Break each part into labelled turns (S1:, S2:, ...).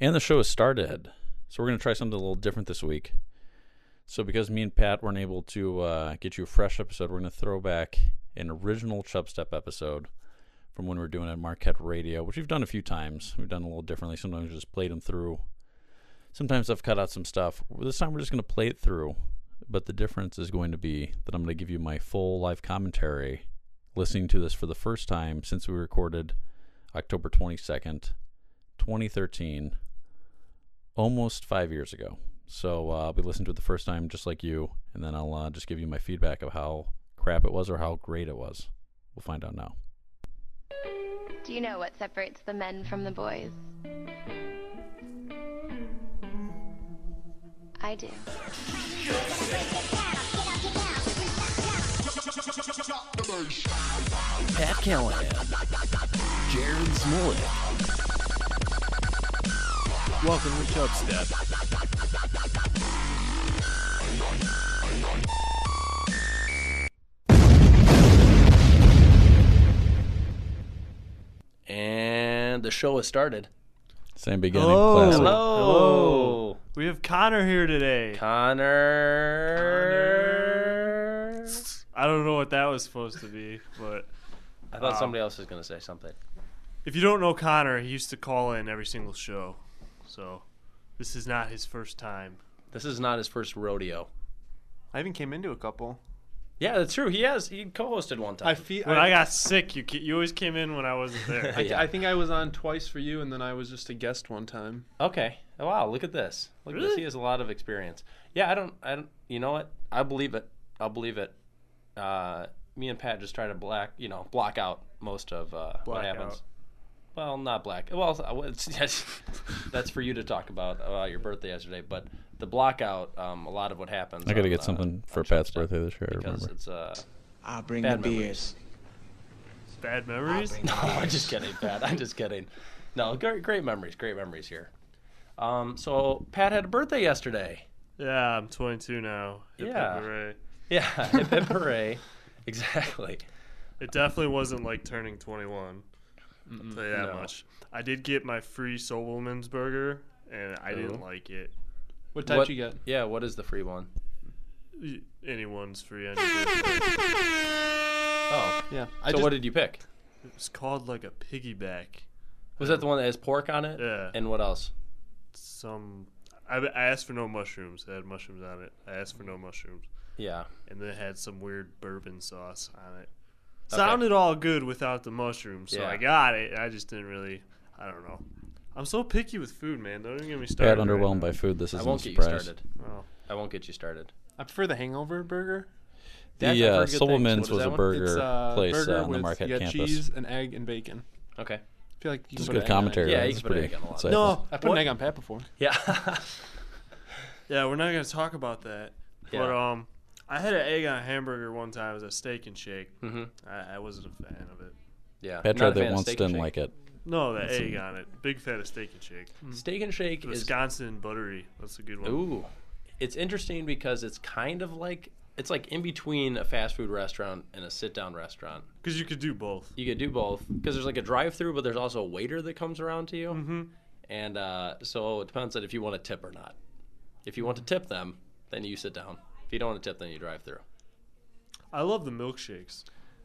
S1: And the show has started. So we're going to try something a little different this week. So because me and Pat weren't able to uh, get you a fresh episode, we're going to throw back an original Chubstep episode from when we were doing it at Marquette Radio, which we've done a few times. We've done a little differently. Sometimes we just played them through. Sometimes I've cut out some stuff. This time we're just going to play it through. But the difference is going to be that I'm going to give you my full live commentary listening to this for the first time since we recorded October 22nd, 2013, almost five years ago. So uh, we listened to it the first time just like you, and then I'll uh, just give you my feedback of how crap it was or how great it was. We'll find out now.
S2: Do you know what separates the men from the boys? I do.
S3: Pat Callahan, Jared Smollett. Welcome to Chubstep. And the show has started.
S1: Same beginning.
S3: Oh.
S4: Hello.
S1: classic.
S4: Hello.
S3: Hello,
S4: We have Connor here today.
S3: Connor.
S4: I don't know what that was supposed to be, but
S3: I thought somebody else was going to say something.
S4: if you don't know Connor, he used to call in every single show. So this is not his first time.
S3: This is not his first rodeo.
S5: I even came into a couple.
S3: Yeah, that's true. He has. He co-hosted one time.
S5: feel.
S4: When I, got sick, you ca- you always came in when I wasn't there.
S3: Yeah.
S5: I think I was on twice for you, and then I was just a guest one time.
S3: Okay. Oh, Wow. Look at this. Look at this.
S4: Really?
S3: He has a lot of experience. Yeah. I don't. I don't. You know what? I believe it. I'll believe it. Uh, me and Pat just try to black. You know, block out most of uh, what
S4: Black
S3: happens.
S4: out.
S3: Well, not black. Well, it's- uh, it's, yes, that's for you to talk about about your birthday yesterday. But the block out, um, a lot of what happens.
S1: I got to
S3: on,
S1: get
S3: uh,
S1: something for
S3: on
S1: Pat's
S3: Chubstep
S1: birthday this year, I
S3: because
S1: remember.
S3: it's uh.
S6: I'll bring
S3: Bad
S6: the
S3: memories.
S6: beers.
S4: Bad memories.
S3: No, I'm just kidding, Pat. I'm just kidding. No, great, great memories. Great memories here. Um, so Pat had a birthday yesterday.
S4: Yeah, I'm 22 now. Hip, hip,
S3: Yeah.
S4: hooray.
S3: Yeah, hip hip hooray. Exactly.
S4: It definitely wasn't like turning 21. I'll tell you that
S3: No.
S4: much. I did get my free Sobelman's burger, and I didn't
S3: Ooh.
S4: like it.
S5: What type
S3: What-
S5: you get?
S3: Yeah, what is the free one?
S4: Y- Anyone's free. on your birthday.
S3: Oh.
S5: Yeah.
S3: so
S5: I just,
S3: what did you pick?
S4: It was called like a piggyback.
S3: Was that the one that has pork on it?
S4: Yeah.
S3: And what else?
S4: some. I, I asked for no mushrooms. It had mushrooms on it. I asked for no mushrooms,
S3: Yeah.
S4: and then it had some weird bourbon sauce on it. Sounded all good without the mushrooms, so
S3: Yeah.
S4: I got it. I just didn't really. I don't know. I'm so picky with food, man. Don't even get me
S1: Pat
S4: started. right
S1: underwhelmed
S4: now.
S1: by food. This
S3: I
S1: isn't
S3: won't
S1: a
S3: get you
S1: surprise.
S3: started.
S4: Oh.
S3: I won't get you started.
S5: I prefer the Hangover Burger.
S3: That's-
S1: The
S3: I've
S1: uh,
S3: heard good things. What
S1: Sobelman's
S3: is
S1: was
S3: that
S1: a
S3: one?
S5: it's
S1: burger
S5: uh,
S1: place
S5: burger
S1: uh, on the
S5: with
S1: Marquette
S5: yeah,
S1: campus.
S5: cheese and egg and bacon.
S3: Okay.
S5: I feel like you can
S1: It's
S5: put
S1: good
S5: an egg on it.
S1: commentary.
S3: Yeah, you
S1: It's
S3: can put an
S1: pretty
S3: egg on a lot.
S1: insightful.
S4: No,
S5: I put an egg on Pat before.
S3: Yeah.
S4: Yeah, we're not gonna talk about that. But
S3: Yeah.
S4: um, I had an egg on a hamburger one time as a steak and shake.
S3: mm-hmm.
S4: I, I wasn't a fan of it.
S3: Yeah.
S1: Pat
S3: Not a
S1: tried
S3: fan
S1: that
S3: of
S1: once,
S3: steak and
S1: didn't like
S3: shake.
S1: it.
S4: No, the egg on it. Big fan of steak and shake.
S3: Steak and shake is
S4: Wisconsin buttery. That's a good one.
S3: Ooh, it's interesting because it's kind of like it's like in between a fast food restaurant and a sit down restaurant.
S4: Because you could do both.
S3: You could do both because there's like a drive through, but there's also a waiter that comes around to you,
S4: Mm-hmm.
S3: and uh, so it depends on if you want to tip or not. If you want to tip them, then you sit down. If you don't want to tip, then you drive through.
S4: I love the milkshakes.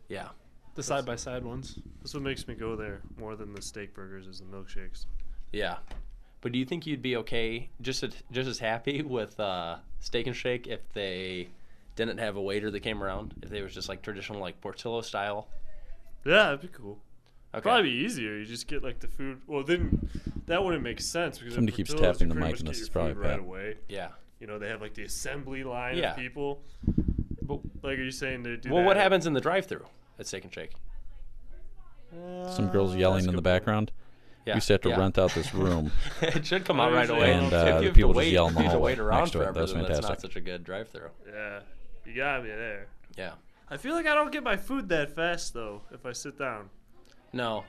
S3: Yeah,
S5: The side by side ones.
S4: That's what makes me go there more than the steak burgers is the milkshakes.
S3: yeah. But do you think you'd be okay, just as- just as happy with uh, Steak and Shake if they didn't have a waiter that came around? If they was just like traditional, like Portillo style?
S4: Yeah, that'd be cool.
S3: Okay.
S4: Probably be easier. You just get like the food. Well, then that wouldn't make sense because at
S1: Somebody keeps
S4: Portillo's,
S1: tapping
S4: you
S1: the
S4: pretty
S1: mic
S4: much
S1: and
S4: get
S1: this
S4: your
S1: is probably
S4: food right
S1: Pat.
S4: away.
S3: Yeah.
S4: You know they have like the assembly line
S3: Yeah.
S4: of people.
S3: But
S4: Like, are you saying they do?
S3: Well,
S4: that
S3: what
S4: at-
S3: happens in the drive-through at Steak and Shake?
S4: Uh,
S1: Some girls
S4: that's
S1: yelling in
S4: good
S1: the
S4: point.
S1: background.
S3: Yeah,
S1: We used to have to
S3: yeah.
S1: rent out this room.
S3: it should come out
S4: I
S3: right
S4: usually
S3: away.
S4: don't. And,
S1: uh,
S3: if you
S1: the
S3: have
S1: people
S3: to
S1: just
S3: wait,
S1: yell in
S3: if
S1: the
S3: you have to
S1: hallway
S3: wait around
S1: next to it.
S3: forever,
S1: That was
S3: then that's not
S1: fantastic.
S3: such a good drive-through.
S4: Yeah, you got me there.
S3: Yeah.
S4: I feel like I don't get my food that fast though if I sit down.
S3: No,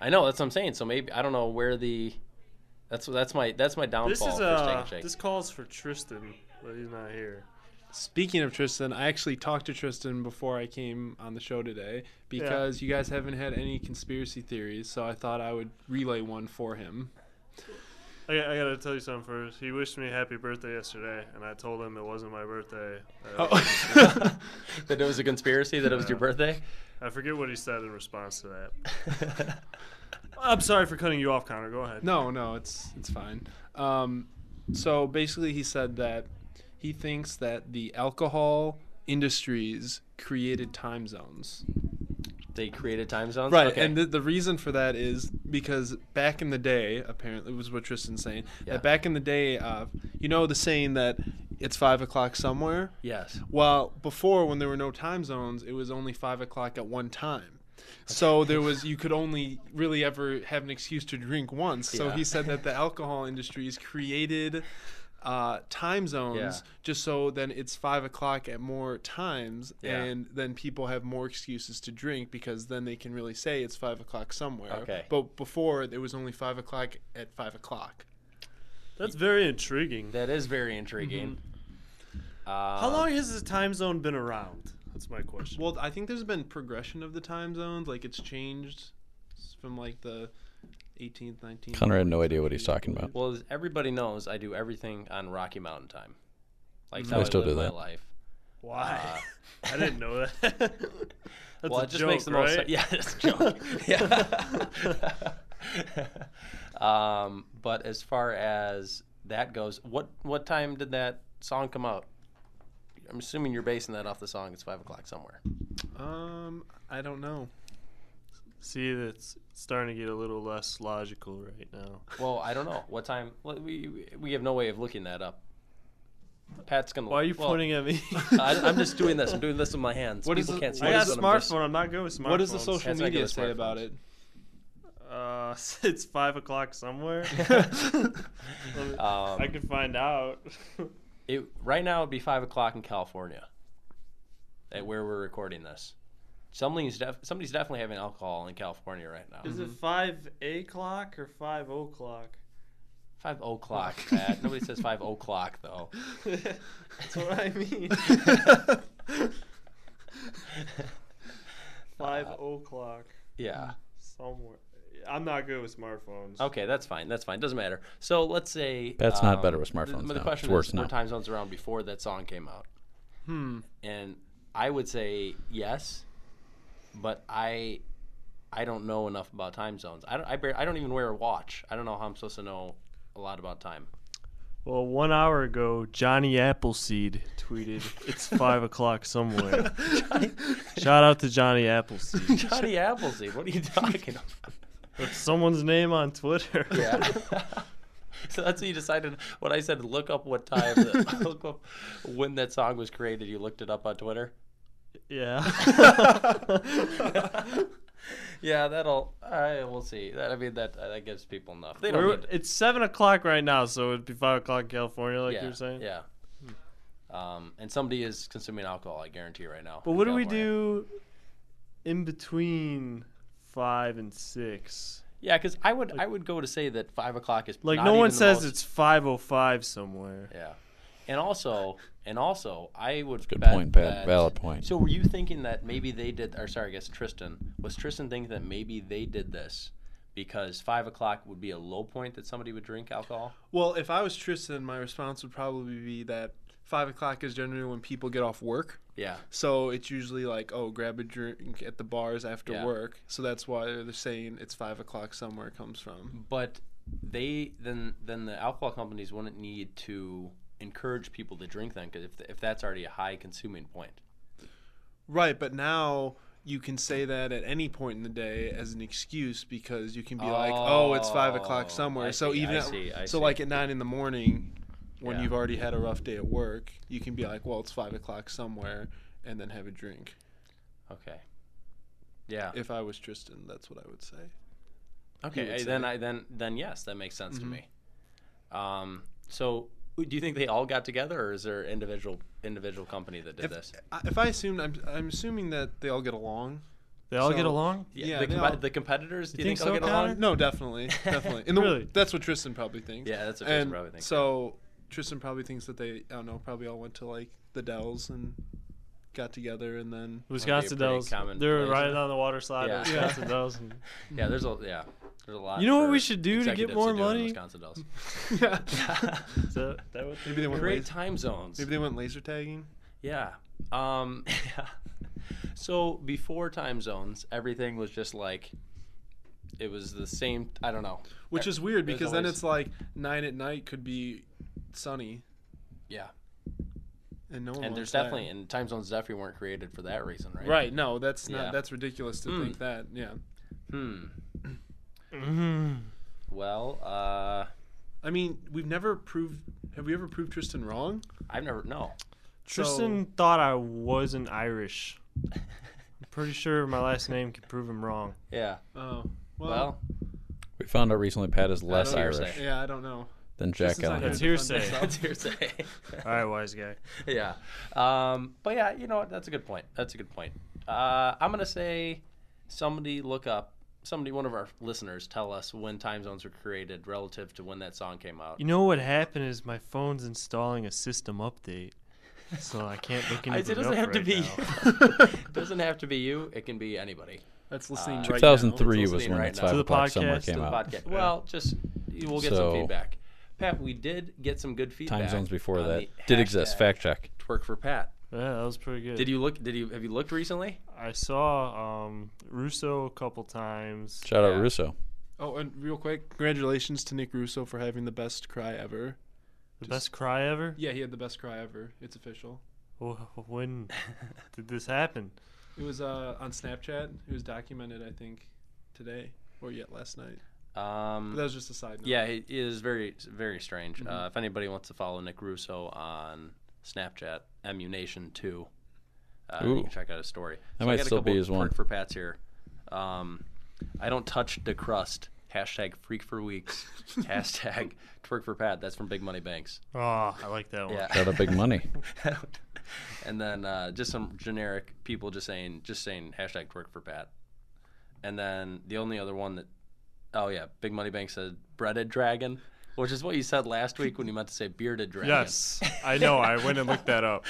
S3: I know that's what I'm saying. So maybe I don't know where the that's that's my that's my downfall
S4: This is
S3: for Steak
S4: uh,
S3: and Shake.
S4: this calls for Tristan, but he's not here.
S5: Speaking of Tristan, I actually talked to Tristan before I came on the show today because you guys haven't had any conspiracy theories, so I thought I would relay one for him.
S4: I, I gotta tell you something first. He wished me happy birthday yesterday, and I told him it wasn't my birthday. Uh,
S3: Oh. that it was a conspiracy. That it was your birthday.
S4: I forget what he said in response to that. I'm sorry for cutting you off, Connor. Go ahead.
S5: No, no, it's it's fine. Um, so basically, he said that he thinks that the alcohol industries created time zones.
S3: they created time zones.
S5: Right,
S3: Okay.
S5: and the, the reason for that is because back in the day, apparently, was what Tristan's saying.
S3: Yeah.
S5: That back in the day, uh, you know the saying that it's five o'clock somewhere.
S3: yes.
S5: Well, before when there were no time zones, it was only five o'clock at one time. So there was you could only really ever have an excuse to drink once. So
S3: Yeah.
S5: he said that the alcohol industries created uh, time zones
S3: Yeah.
S5: just so then it's five o'clock at more times,
S3: Yeah.
S5: and then people have more excuses to drink because then they can really say it's five o'clock somewhere.
S3: Okay.
S5: But before it was only five o'clock at five o'clock.
S4: That's very intriguing.
S3: That is very intriguing. Uh,
S4: Mm-hmm. How long has this time zone been around? That's my question.
S5: Well, I think there's been progression of the time zones. Like it's changed from like the 18th, 19th.
S1: Connor had no idea what he's talking about.
S3: Well, as everybody knows, I do everything on Rocky Mountain time. Like
S1: I
S3: how I,
S1: Mm-hmm. still
S3: live
S1: do
S3: my
S1: that.
S3: life.
S4: Why?
S5: uh,
S4: I didn't know that. That's
S3: well,
S4: a
S3: it just
S4: joke,
S3: makes the most. Sense.
S4: right?
S3: Yeah, it's a joke. yeah. um, but as far as that goes, what what time did that song come out? I'm assuming you're basing that off the song. It's five o'clock somewhere.
S5: Um, I don't know.
S4: See, that's starting to get a little less logical right now.
S3: Well, I don't know what time. well, We we have no way of looking that up. Pat's gonna.
S4: Why are you
S3: well,
S4: pointing at me?
S3: I, I'm just doing this. I'm doing this with my hands.
S5: What is
S3: People
S5: the-
S3: can't see
S4: I
S5: what
S4: got
S3: this,
S4: a
S3: but I'm just-
S4: smartphone. I'm not good with smartphones.
S5: What does the social
S3: That's not
S5: media
S3: good
S5: say
S3: with
S5: about it?
S4: Uh, it's five o'clock somewhere.
S3: Um,
S4: I can find out.
S3: It right now it'd be five o'clock in California, at where we're recording this. Somebody's def- somebody's definitely having alcohol in California right now.
S4: Is it five o'clock or five o'clock?
S3: Five o'clock. Pat. Nobody says five o'clock though.
S4: That's what I mean. Five o'clock
S3: Yeah.
S4: somewhere. I'm not good with smartphones.
S3: Okay, that's fine. That's fine. Doesn't matter. So let's say um,
S1: That's not better with smartphones now.
S3: The, the question
S1: It's worse
S3: is, were
S1: now.
S3: time zones around before that song came out? Hmm. And I would say yes, but I, I don't know enough about time zones. I don't. I, bar- I don't even wear a watch. I don't know how I'm supposed to know a lot about time.
S4: Well, one hour ago, Johnny Appleseed tweeted, "It's five o'clock somewhere." Shout out to Johnny Appleseed.
S3: Johnny Appleseed. What are you talking about?
S4: That's someone's name on Twitter.
S3: Yeah. so that's what you decided. What I said, look up what time, the, look up when that song was created. You looked it up on Twitter.
S4: yeah.
S3: Yeah, that'll. I we'll see. That I mean, that that gives people enough. They don't.
S4: We're-
S3: Need to,
S4: it's seven o'clock right now, so it'd be five o'clock in California, like
S3: yeah,
S4: you were saying.
S3: Yeah. Um, and somebody is consuming alcohol. I guarantee right now.
S4: But what do we do in between five and six?
S3: Yeah, because I would I would go to say that five o'clock is
S4: Like
S3: not
S4: no one
S3: even the
S4: says
S3: most-
S4: it's five oh five somewhere.
S3: Yeah. And also, and also, I would.
S1: Good
S3: bet
S1: point, Pat.
S3: that-
S1: Valid point.
S3: So, were you thinking that maybe they did? Or sorry, I guess Tristan was Tristan thinking that maybe they did this because five o'clock would be a low point that somebody would drink alcohol.
S5: Well, if I was Tristan, my response would probably be that five o'clock is generally when people get off work.
S3: Yeah.
S5: So it's usually like, oh, grab a drink at the bars after
S3: Yeah.
S5: work. So that's why they're saying it's five o'clock somewhere comes from.
S3: But they then then the alcohol companies wouldn't need to encourage people to drink then because if, if that's already a high consuming point.
S5: Right, but now you can say that at any point in the day as an excuse because you can be like, oh, it's five
S3: Oh,
S5: o'clock somewhere.
S3: I
S5: so
S3: see,
S5: even
S3: I
S5: at,
S3: see, I
S5: so
S3: see.
S5: like at nine in the morning, when
S3: Yeah.
S5: you've already had a rough day at work, you can be like, well, it's five o'clock somewhere, and then have a drink.
S3: Okay. Yeah.
S5: If I was Tristan, that's what I would say.
S3: Okay,
S5: would
S3: I-
S5: say.
S3: then I then then yes, that makes sense
S4: Mm-hmm.
S3: to me. Um, so do you think they all got together, or is there individual individual company that did this?
S5: I- If I assumed, I'm, I'm assuming that they all get along.
S4: They all get
S5: So-
S4: along.
S5: yeah,
S3: the,
S5: they
S3: compe-
S5: all-
S3: the competitors. Do you,
S4: think
S3: think, they'll
S4: so,
S3: get along?
S4: Connor?
S5: No, definitely, definitely. In the,
S4: Really?
S5: That's what Tristan probably thinks.
S3: Yeah, that's what Tristan
S5: and
S3: probably thinks,
S5: So Tristan probably thinks that they, I don't know, probably all went to like the Dells and got together and then
S4: Wisconsin
S3: pretty
S4: Dells.
S3: common
S4: They're
S3: place.
S4: riding on the water slide
S3: Yeah.
S4: at Wisconsin Dells. And
S3: Yeah, there's a yeah, there's a lot.
S4: You know what
S3: for
S4: we should do to get
S3: executives
S4: more
S3: do in
S4: money?
S3: Wisconsin Dells.
S5: yeah.
S4: is that, that what
S5: maybe they went
S3: Great
S5: las-
S3: time zones.
S5: maybe they went laser tagging.
S3: Yeah. Um, so before time zones, everything was just like it was the same. I don't know.
S5: Which is weird
S3: There's
S5: because then
S3: always-
S5: it's like nine at night could be sunny
S3: Yeah,
S5: and no
S3: and
S5: one. wants
S3: there's
S5: that.
S3: definitely and time zones definitely weren't created for that reason, right?
S5: right. No, that's not.
S3: Yeah.
S5: That's ridiculous to
S3: Hmm.
S5: think that. Yeah,
S3: Hmm.
S4: mm
S3: Well, uh,
S5: I mean, we've never proved. Have we ever proved Tristan wrong?
S3: I've never no.
S4: Tristan thought I wasn't Irish. I'm pretty sure my last name could prove him wrong.
S3: Yeah.
S5: Oh well.
S3: Well,
S1: We found out recently Pat is less
S3: don't hear
S1: Irish
S3: that.
S5: yeah, I don't know.
S1: than Jack
S5: Tristan's not
S1: Callahan.
S5: gonna
S4: That's
S5: defend
S4: hearsay.
S5: himself.
S3: that's hearsay.
S4: All right, wise guy.
S3: yeah. Um, but yeah, you know what? That's a good point. That's a good point. Uh, I'm gonna say somebody look up somebody one of our listeners tell us when time zones were created relative to when that song came out.
S4: You know what happened is my phone's installing a system update, so I can't look
S3: I-
S4: anything
S3: it doesn't
S4: up
S3: have to
S4: right
S3: be
S4: now.
S3: it doesn't have to be you. It can be anybody.
S5: That's listening.
S3: Uh,
S5: right now.
S1: 2003
S3: It's
S1: was
S3: listening
S1: when
S3: right
S1: it's
S3: now.
S1: five
S4: To the
S1: o'clock somewhere
S4: podcast, to
S1: came
S4: the
S1: out.
S3: Podcast. Well, just we'll get
S1: So-
S3: some feedback. Pat, we did get some good feedback.
S1: Time zones before
S3: on
S1: that
S3: the
S1: did exist.
S3: hashtag
S1: Fact check.
S3: Twerk for Pat.
S4: Yeah, that was pretty good.
S3: Did you look? Did you have you looked recently?
S4: I saw um, Russo a couple times.
S1: Shout
S3: Yeah.
S1: out Russo.
S5: Oh, and real quick, congratulations to Nick Russo for having the best cry ever.
S4: The best cry ever.
S5: Yeah, he had the best cry ever. It's official.
S4: Wh- When did this happen?
S5: It was uh, on Snapchat. It was documented, I think, today or yet last night. But that
S3: Um,
S5: was just a side note.
S3: yeah, it is very very strange. Uh, if anybody wants to follow Nick Russo on Snapchat, Emunation Two, uh, you
S1: Ooh.
S3: can check out his story.
S1: That
S3: I
S1: might
S3: got a
S1: still be
S3: couple
S1: his one.
S3: Twerk for Pat's here. Um, I don't touch the crust. Hashtag Freak for Weeks. Hashtag Twerk for Pat. That's from Big Money Banks.
S4: Oh, I like that one.
S3: Yeah.
S1: Shout out Big Money.
S3: and then uh, just some generic people just saying just saying hashtag twerk for Pat. And then the only other one that oh yeah, Big Money Bank said breaded dragon, which is what you said last week when you meant to say bearded dragon.
S4: Yes, I know. I went and looked that up.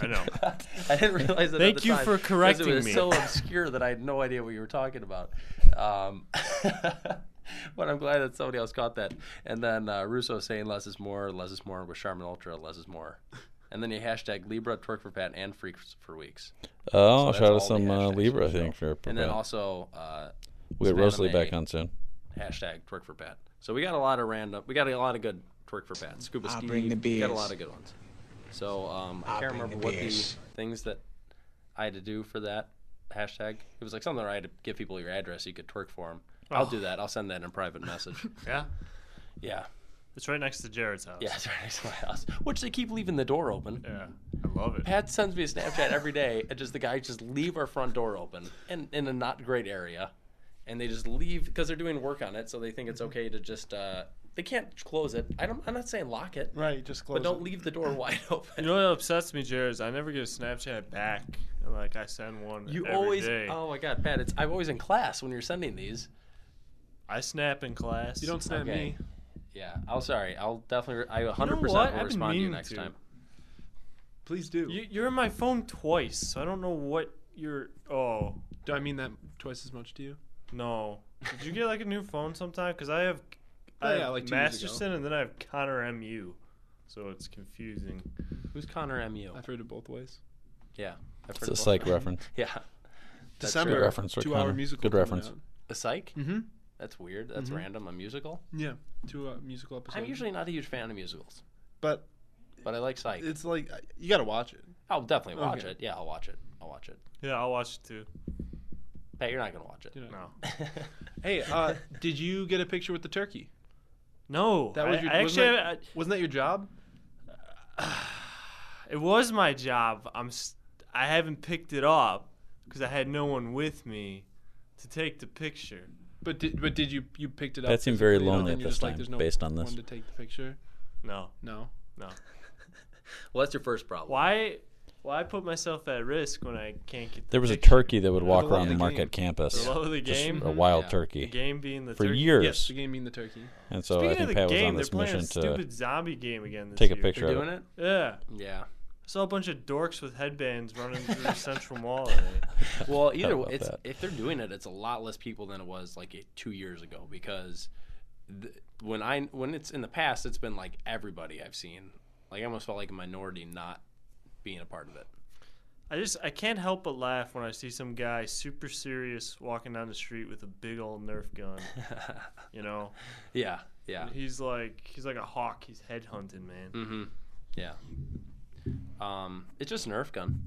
S4: I know.
S3: I didn't realize that.
S4: Thank
S3: at the
S4: you
S3: time,
S4: for
S3: 'cause
S4: correcting
S3: It was
S4: me.
S3: so obscure that I had no idea what you were talking about. Um, but I'm glad that somebody else caught that. And then uh, Russo saying less is more, less is more with Charmin Ultra, less is more. And then you hashtag Libra, Twerk for Pat, and Freaks for Weeks.
S1: Oh,
S3: that's
S1: shout
S3: all
S1: out
S3: the
S1: some uh,
S3: hashtags
S1: Libra, I
S3: for the
S1: think. For,
S3: And
S1: Pat.
S3: then also uh,
S1: we have Rosalie
S3: Savannah
S1: back
S3: May.
S1: on soon.
S3: hashtag Twerk for Pat. So we got a lot of random, we got a lot of good Twerk for Pat. Scuba
S6: I'll
S3: Steve,
S6: bring the
S3: we got a
S6: beers.
S3: lot of good ones. So um, I
S6: I'll
S3: can't
S6: bring
S3: remember
S6: the
S3: what the
S6: beers.
S3: things that I had to do for that hashtag. It was like something where I had to give people your address so you could twerk for them. I'll
S6: Oh.
S3: do that. I'll send that in a private message.
S4: Yeah,
S3: yeah.
S4: it's right next to Jared's house.
S3: Yeah, it's right next to my house, which they keep leaving the door open.
S4: yeah, I love it.
S3: Pat sends me a Snapchat every day, and just the guys just leave our front door open, and in a not great area, and they just leave because they're doing work on it, so they think it's okay to just uh, they can't close it. I don't, I'm not saying lock it,
S5: Right. Just close.
S3: but don't
S5: it.
S3: leave the door wide
S4: You
S3: open.
S4: know what upsets me, Jared, is I never get a Snapchat back. And, Like I send one.
S3: You
S4: every
S3: always,
S4: day.
S3: oh my god, Pat, it's I'm always in class when you're sending these.
S4: I snap in class.
S5: You don't snap
S3: Okay.
S5: me.
S3: Yeah, I'll sorry, I'll definitely, I 100
S4: what?
S3: percent
S4: I've
S3: will
S4: been
S3: respond to you
S4: meaning
S3: next
S4: to.
S3: time.
S5: Please do.
S4: You, you're in my phone twice, so I don't know what you're. Oh
S5: do I mean that twice as much to you?
S4: no! Did you get like a new phone sometime? Because I have, I
S5: Oh, Yeah,
S4: have
S5: like two years ago.
S4: Masterson and then I have Connor Mu, so it's confusing.
S3: Who's Connor Mu?
S5: I've heard it both ways.
S3: Yeah, I've
S1: It's
S3: heard
S1: a
S3: of both.
S1: psych reference.
S3: Yeah, That's true.
S5: December.
S1: reference for
S5: two-hour
S1: Connor.
S5: musical.
S1: Good
S5: coming
S1: reference.
S5: out.
S3: a psych.
S5: Mhm.
S3: That's weird. That's
S1: Mm-hmm.
S3: random. A musical.
S5: Yeah. Two uh, musical episodes.
S3: I'm usually not a huge fan of musicals,
S5: But
S3: but I like Psych.
S5: it's like I- you gotta watch it.
S3: I'll definitely watch
S5: Okay.
S3: it. Yeah, I'll watch it. I'll watch it.
S4: Yeah, I'll watch it too.
S3: Pat, you're not gonna watch it.
S5: You know.
S4: No,
S5: Hey, uh, did you get a picture with the turkey?
S4: no.
S5: That was
S4: I-
S5: your
S4: I
S5: wasn't
S4: actually. I,
S5: that, wasn't that your job?
S4: it was my job. I'm. St- I haven't picked it up because I had no one with me to take the picture.
S5: But did but did you you picked it up?
S1: That seemed very
S5: physically, and
S1: lonely
S5: then
S1: at
S5: you're
S1: this
S5: just
S1: time,
S5: Like, There's no
S1: based on this.
S5: One to take the picture.
S4: No,
S5: No.
S4: no.
S3: Well, that's your first problem.
S4: Why? Why put myself at risk when I can't get? The
S1: There was a
S4: picture?
S1: turkey that would walk
S5: love
S1: around
S5: of
S1: the
S5: the
S1: market
S4: The
S1: campus.
S4: love of the
S1: Just
S4: game.
S1: a wild
S3: Yeah.
S4: The
S1: turkey
S4: game being the
S1: for
S4: turkey.
S1: years.
S5: Yes, the game mean the turkey.
S1: And so
S4: Speaking
S1: I think
S4: of the
S1: Pat was
S4: game,
S1: on this
S4: they're playing
S1: mission
S4: a
S1: to
S4: stupid zombie game again. This
S1: take a
S4: year.
S1: picture
S3: You're
S1: of
S3: doing
S1: it.
S3: it?
S4: Yeah,
S3: Yeah.
S4: Saw a bunch of dorks with headbands running through the central mall. today.
S3: Well, either
S1: about
S3: way, it's,
S1: that?
S3: if they're doing it, it's a lot less people than it was like eh, two years ago because th- when I when it's in the past, it's been like everybody I've seen. Like I almost felt like a minority not being a part of it.
S4: I just I can't help but laugh when I see some guy super serious walking down the street with a big old Nerf gun. you know,
S3: Yeah, yeah,
S4: he's like he's like a hawk. He's headhunting, man.
S3: mm-hmm. yeah. Um, it's just an Nerf gun.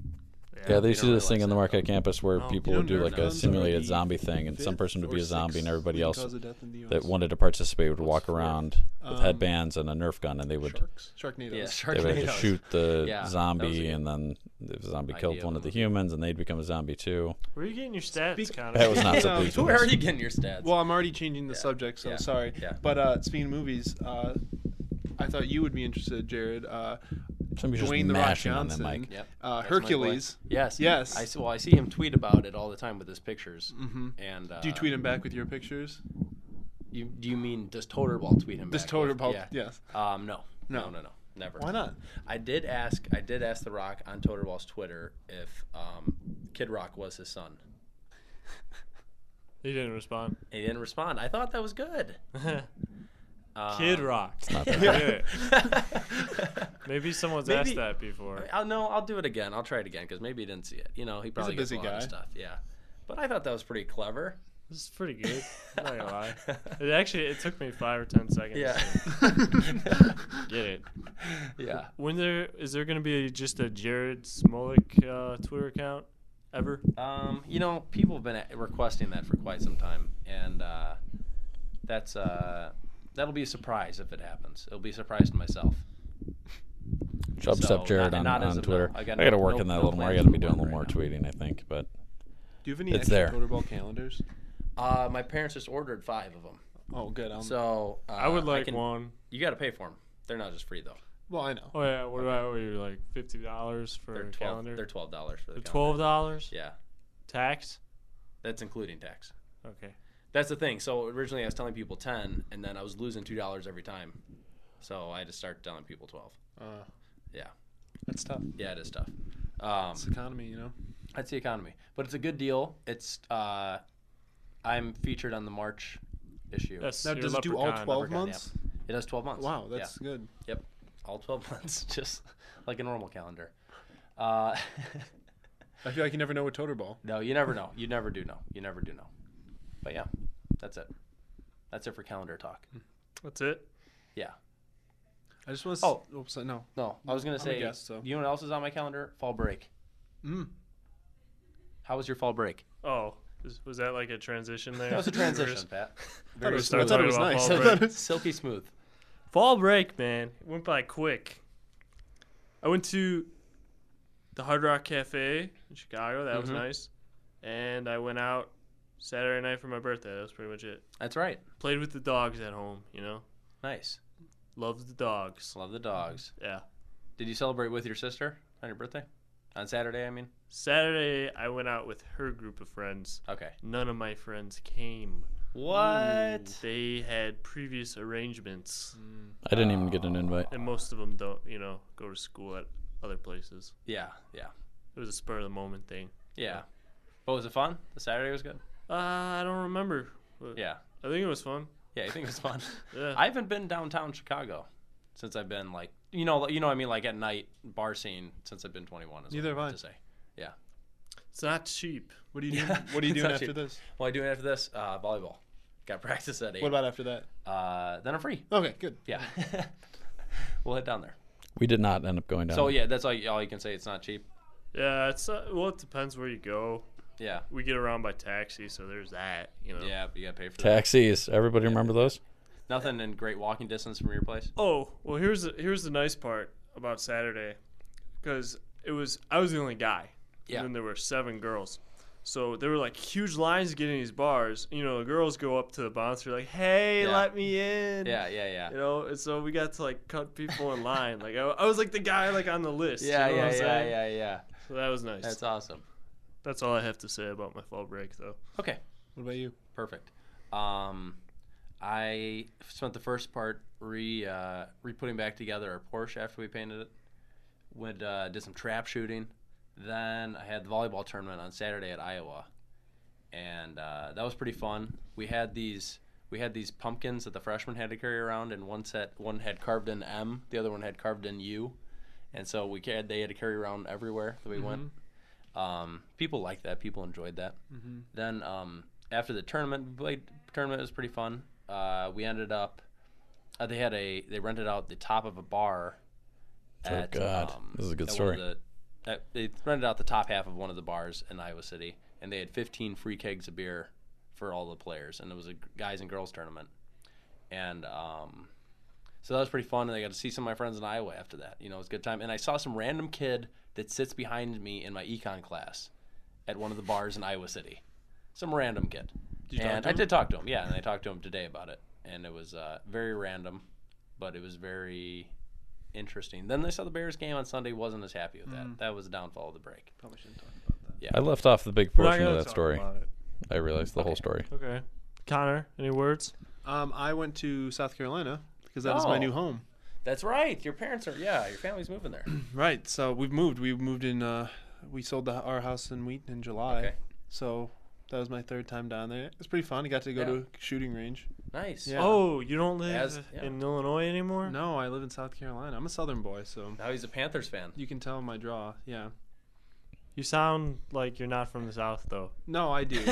S1: Yeah, they
S3: you
S1: used to
S3: don't
S1: do this
S3: realize
S1: thing on the
S3: that,
S1: market campus where
S4: No,
S1: people
S5: you
S1: would
S5: don't
S1: do like a
S5: realize that.
S1: simulated
S5: Already
S1: zombie thing, and some
S5: Fifth
S1: person would
S5: or
S1: be a zombie, and
S5: sixth
S1: everybody
S5: leading
S1: else
S5: cause of death in the US.
S1: that wanted to participate would walk
S4: fourth?
S1: around with
S5: Um,
S1: headbands and a Nerf gun, and they would
S5: Sharks. Sharknadoes.
S3: Yeah,
S1: they would
S3: Sharknadoes.
S1: just shoot the
S3: Yeah, that was a
S1: zombie,
S3: good
S1: and then the zombie killed
S3: idea,
S1: one of the
S3: wasn't it?
S1: humans, and they'd become a zombie too.
S4: Where are you getting your stats,
S5: Speak-
S4: Connor?
S1: That was not
S5: Yeah.
S1: something.
S3: Where are Oh, you getting your stats?
S5: Well, I'm already changing the
S3: Yeah,
S5: subject, so
S3: yeah,
S5: sorry.
S3: yeah.
S5: But uh, speaking of movies, uh, I thought you would be interested, Jared. Uh,
S1: Somebody's just
S5: Dwayne the Rock
S1: mashing on
S5: Johnson,
S1: that mic.
S3: Yep,
S5: uh,
S3: that's my boy.
S5: Hercules.
S3: yes,
S5: Yes.
S3: I s- well, I see him tweet about it all the time with his pictures.
S5: hmm
S3: And uh,
S5: Do you tweet him back with your pictures?
S3: You do you mean does Toterball tweet him?
S5: This
S3: back
S5: total
S3: with-
S5: pulp.
S3: Yeah.
S5: Yes.
S3: Um, no.
S5: No.
S3: No. No. No. Never.
S5: Why not?
S3: I did ask. I did ask The Rock on Toterball's Twitter if um, Kid Rock was his son.
S4: He didn't respond.
S3: He didn't respond. I thought that was good. Um,
S4: Kid Rock.
S1: not that
S4: Yeah. Maybe someone's
S3: Maybe-
S4: asked that before.
S3: I'll no. I'll do it again. I'll try it again because maybe he didn't see it. You know, he probably gets
S5: busy
S3: a lot of
S5: guy.
S3: stuff. Yeah. But I thought that was pretty clever.
S4: This is pretty good. I'm not gonna lie. It actually it took me five or ten seconds.
S3: Yeah.
S4: to get it.
S3: yeah.
S4: When there is there gonna be just a Jared Smolik uh, Twitter account ever?
S3: Um, you know, people have been a- requesting that for quite some time, and uh, that's uh, that'll be a surprise if it happens. It'll be a surprise to myself.
S1: Chubstep
S3: So, not-
S1: Jared on,
S3: not as
S1: on
S3: of
S1: Twitter.
S3: now. I
S1: I got
S3: got
S1: to
S3: no-
S1: work
S3: no-
S1: on that
S3: no
S1: a little more. I
S3: plans
S1: got to
S3: for
S1: be
S3: the
S1: doing a little
S3: one
S1: more
S3: right
S1: tweeting, I think. But
S5: Do you have any
S1: It's
S5: extra
S1: there.
S5: total ball calendars?
S3: Uh, my parents just ordered five of them,
S5: Oh, good. I'll,
S3: so uh,
S4: Um, I would like
S3: can-
S4: one.
S3: You got to pay for them. They're not just free though.
S5: well, I know.
S4: Oh yeah, what do I owe you? Like fifty dollars for
S3: They're
S4: a
S3: twelve.
S4: calendar?
S3: They're twelve dollars for the
S4: They're
S3: calendar.
S4: twelve dollars?
S3: Yeah,
S4: Tax?
S3: that's including tax.
S4: Okay.
S3: That's the thing. So originally I was telling people ten, and then I was losing two dollars every time, so I had to start telling people twelve.
S5: Uh,
S3: Yeah.
S5: That's tough.
S3: Yeah, it is tough. Um,
S5: It's economy, you know.
S3: That's the economy, but it's a good deal. It's uh, I'm featured on the March issue.
S4: That's
S5: Now,
S4: your
S5: does it do all
S4: leprechaun.
S5: 12
S3: leprechaun, yeah.
S5: months?
S3: It does 12 months.
S5: Wow,
S3: Yeah,
S5: that's good.
S3: all 12 months, just like a normal calendar. Uh,
S5: I feel like you never know with total ball.
S3: no, you never know. You never do know. You never do know. But yeah, that's it. That's it for calendar talk.
S4: Hmm. That's it.
S3: Yeah.
S5: I just want to.
S3: Oh.
S5: oops, no.
S3: No, I was gonna
S5: I'm a
S3: say.
S5: guest, so.
S3: You know what else is on my calendar? Fall break.
S5: Mm.
S3: How was your fall break?
S4: Oh. is- Was that like a transition there?
S3: That was a transition, Pat.
S5: I thought it
S3: Very
S5: was,
S4: smooth.
S5: I thought it was
S4: Talking about
S5: nice.
S4: ball
S5: I thought
S4: break.
S5: it was-
S3: silky smooth.
S4: Fall break, man. It went by quick. I went to the Hard Rock Cafe in Chicago. That was
S3: Mhm.
S4: nice. And I went out Saturday night for my birthday. That was pretty much it.
S3: That's right.
S4: Played with the dogs at home, you know?
S3: Nice.
S4: Loved the dogs.
S3: Love the dogs.
S4: Yeah.
S3: Did you celebrate with your sister on your birthday? On Saturday, I mean.
S4: Saturday, I went out with her group of friends.
S3: Okay.
S4: None of my friends came.
S3: What?
S4: They had previous arrangements,
S1: I didn't even get an invite.
S4: and most of them don't, you know, go to school at other places.
S3: Yeah, yeah,
S4: It was a spur of the moment thing.
S3: yeah. But was it fun? The Saturday was good.
S4: Uh, I don't remember. but
S3: Yeah,
S4: I think it was fun.
S3: yeah. I think it was fun.
S4: Yeah.
S3: I haven't been downtown Chicago since I've been like you know you know what I mean like at night bar scene since I've been 21. Is what I
S5: Neither have I.
S3: meant to say.
S4: It's not cheap.
S5: What are you doing?
S3: Yeah.
S5: What are
S3: It's
S5: you doing
S3: not
S5: after
S3: cheap.
S5: this?
S3: Well, I do it after this uh, volleyball. Got practice at eight.
S5: What about after that?
S3: uh, then I'm free.
S5: Okay, good.
S3: Yeah. we'll head down there.
S1: We did not end up going down.
S3: So
S1: there.
S3: yeah, that's all, you- all you can say. It's not cheap.
S4: Yeah, it's uh, well, it depends where you go.
S3: Yeah,
S4: We get around by taxi, so there's that. You know.
S3: yeah. but You gotta pay for that.
S1: Taxis. Everybody remember those?
S3: Nothing in great walking distance from your place.
S4: Oh well, here's the, here's the nice part about Saturday, because it was I was the only guy.
S3: Yeah.
S4: And then there were seven girls. So there were like huge lines to get in these bars. You know, the girls go up to the bouncer like, "Hey,
S3: Yeah.
S4: let me in."
S3: Yeah, yeah, yeah.
S4: You know, and so we got to like cut people in line. Like I, I was like the guy like on the list.
S3: Yeah,
S4: you know
S3: yeah,
S4: what I'm
S3: yeah,
S4: saying?
S3: yeah, yeah.
S4: So that was nice.
S3: That's awesome.
S4: That's all I have to say about my fall break, though.
S3: Okay,
S5: What about you?
S3: perfect. Um, I spent the first part re uh, re putting back together our Porsche after we painted it. Would uh, did some trap shooting. Then I had the volleyball tournament on Saturday at Iowa, and uh, that was pretty fun. We had these we had these pumpkins that the freshmen had to carry around, and one set one had carved in M, the other one had carved in U, and so we had they had to carry around everywhere that we went. Um, people liked that. People enjoyed that. Then um, after the tournament, we played tournament was pretty fun. Uh, we ended up uh, they had a they rented out the top of a bar. um,
S1: Oh, God. This is a good
S3: at one of
S1: story.
S3: the- at- they rented out the top half of one of the bars in Iowa City, and they had 15 free kegs of beer for all the players, and it was a guys and girls tournament. And um, so that was pretty fun, and I got to see some of my friends in Iowa after that. You know, it was a good time. And I saw some random kid that sits behind me in my econ class at one of the bars in Iowa City. Some random kid.
S5: Did you talk
S3: and
S5: to
S3: I
S5: him?
S3: did talk to him, yeah, and I talked to him today about it. And it was uh, very random, but it was very interesting. Then I saw the Bears game on Sunday, wasn't as happy with that. That was the downfall of the break.
S5: Probably shouldn't talk about that.
S1: I left off the big
S4: We're not
S1: portion of
S4: gonna
S1: that
S4: talk
S1: story.
S4: about it.
S1: I realized the whole story.
S4: Okay. Connor, any words?
S5: Um, I went to South Carolina because that is
S3: Oh.
S5: my new home.
S3: That's right. Your parents are, yeah, your family's moving there.
S5: Right. So we've moved. We moved in. Uh, we sold the, our house in Wheaton in July.
S3: Okay.
S5: So that was my third time down there. It was pretty fun. I got to go
S3: Yeah.
S5: to a shooting range.
S3: Nice.
S5: Yeah.
S4: Oh, you don't live
S3: As- yeah.
S4: in Illinois anymore?
S5: No, I live in South Carolina. I'm a Southern boy, so
S3: Now he's a Panthers fan.
S5: you can tell my draw. Yeah.
S4: You sound like you're not from the South, though.
S5: No, I do.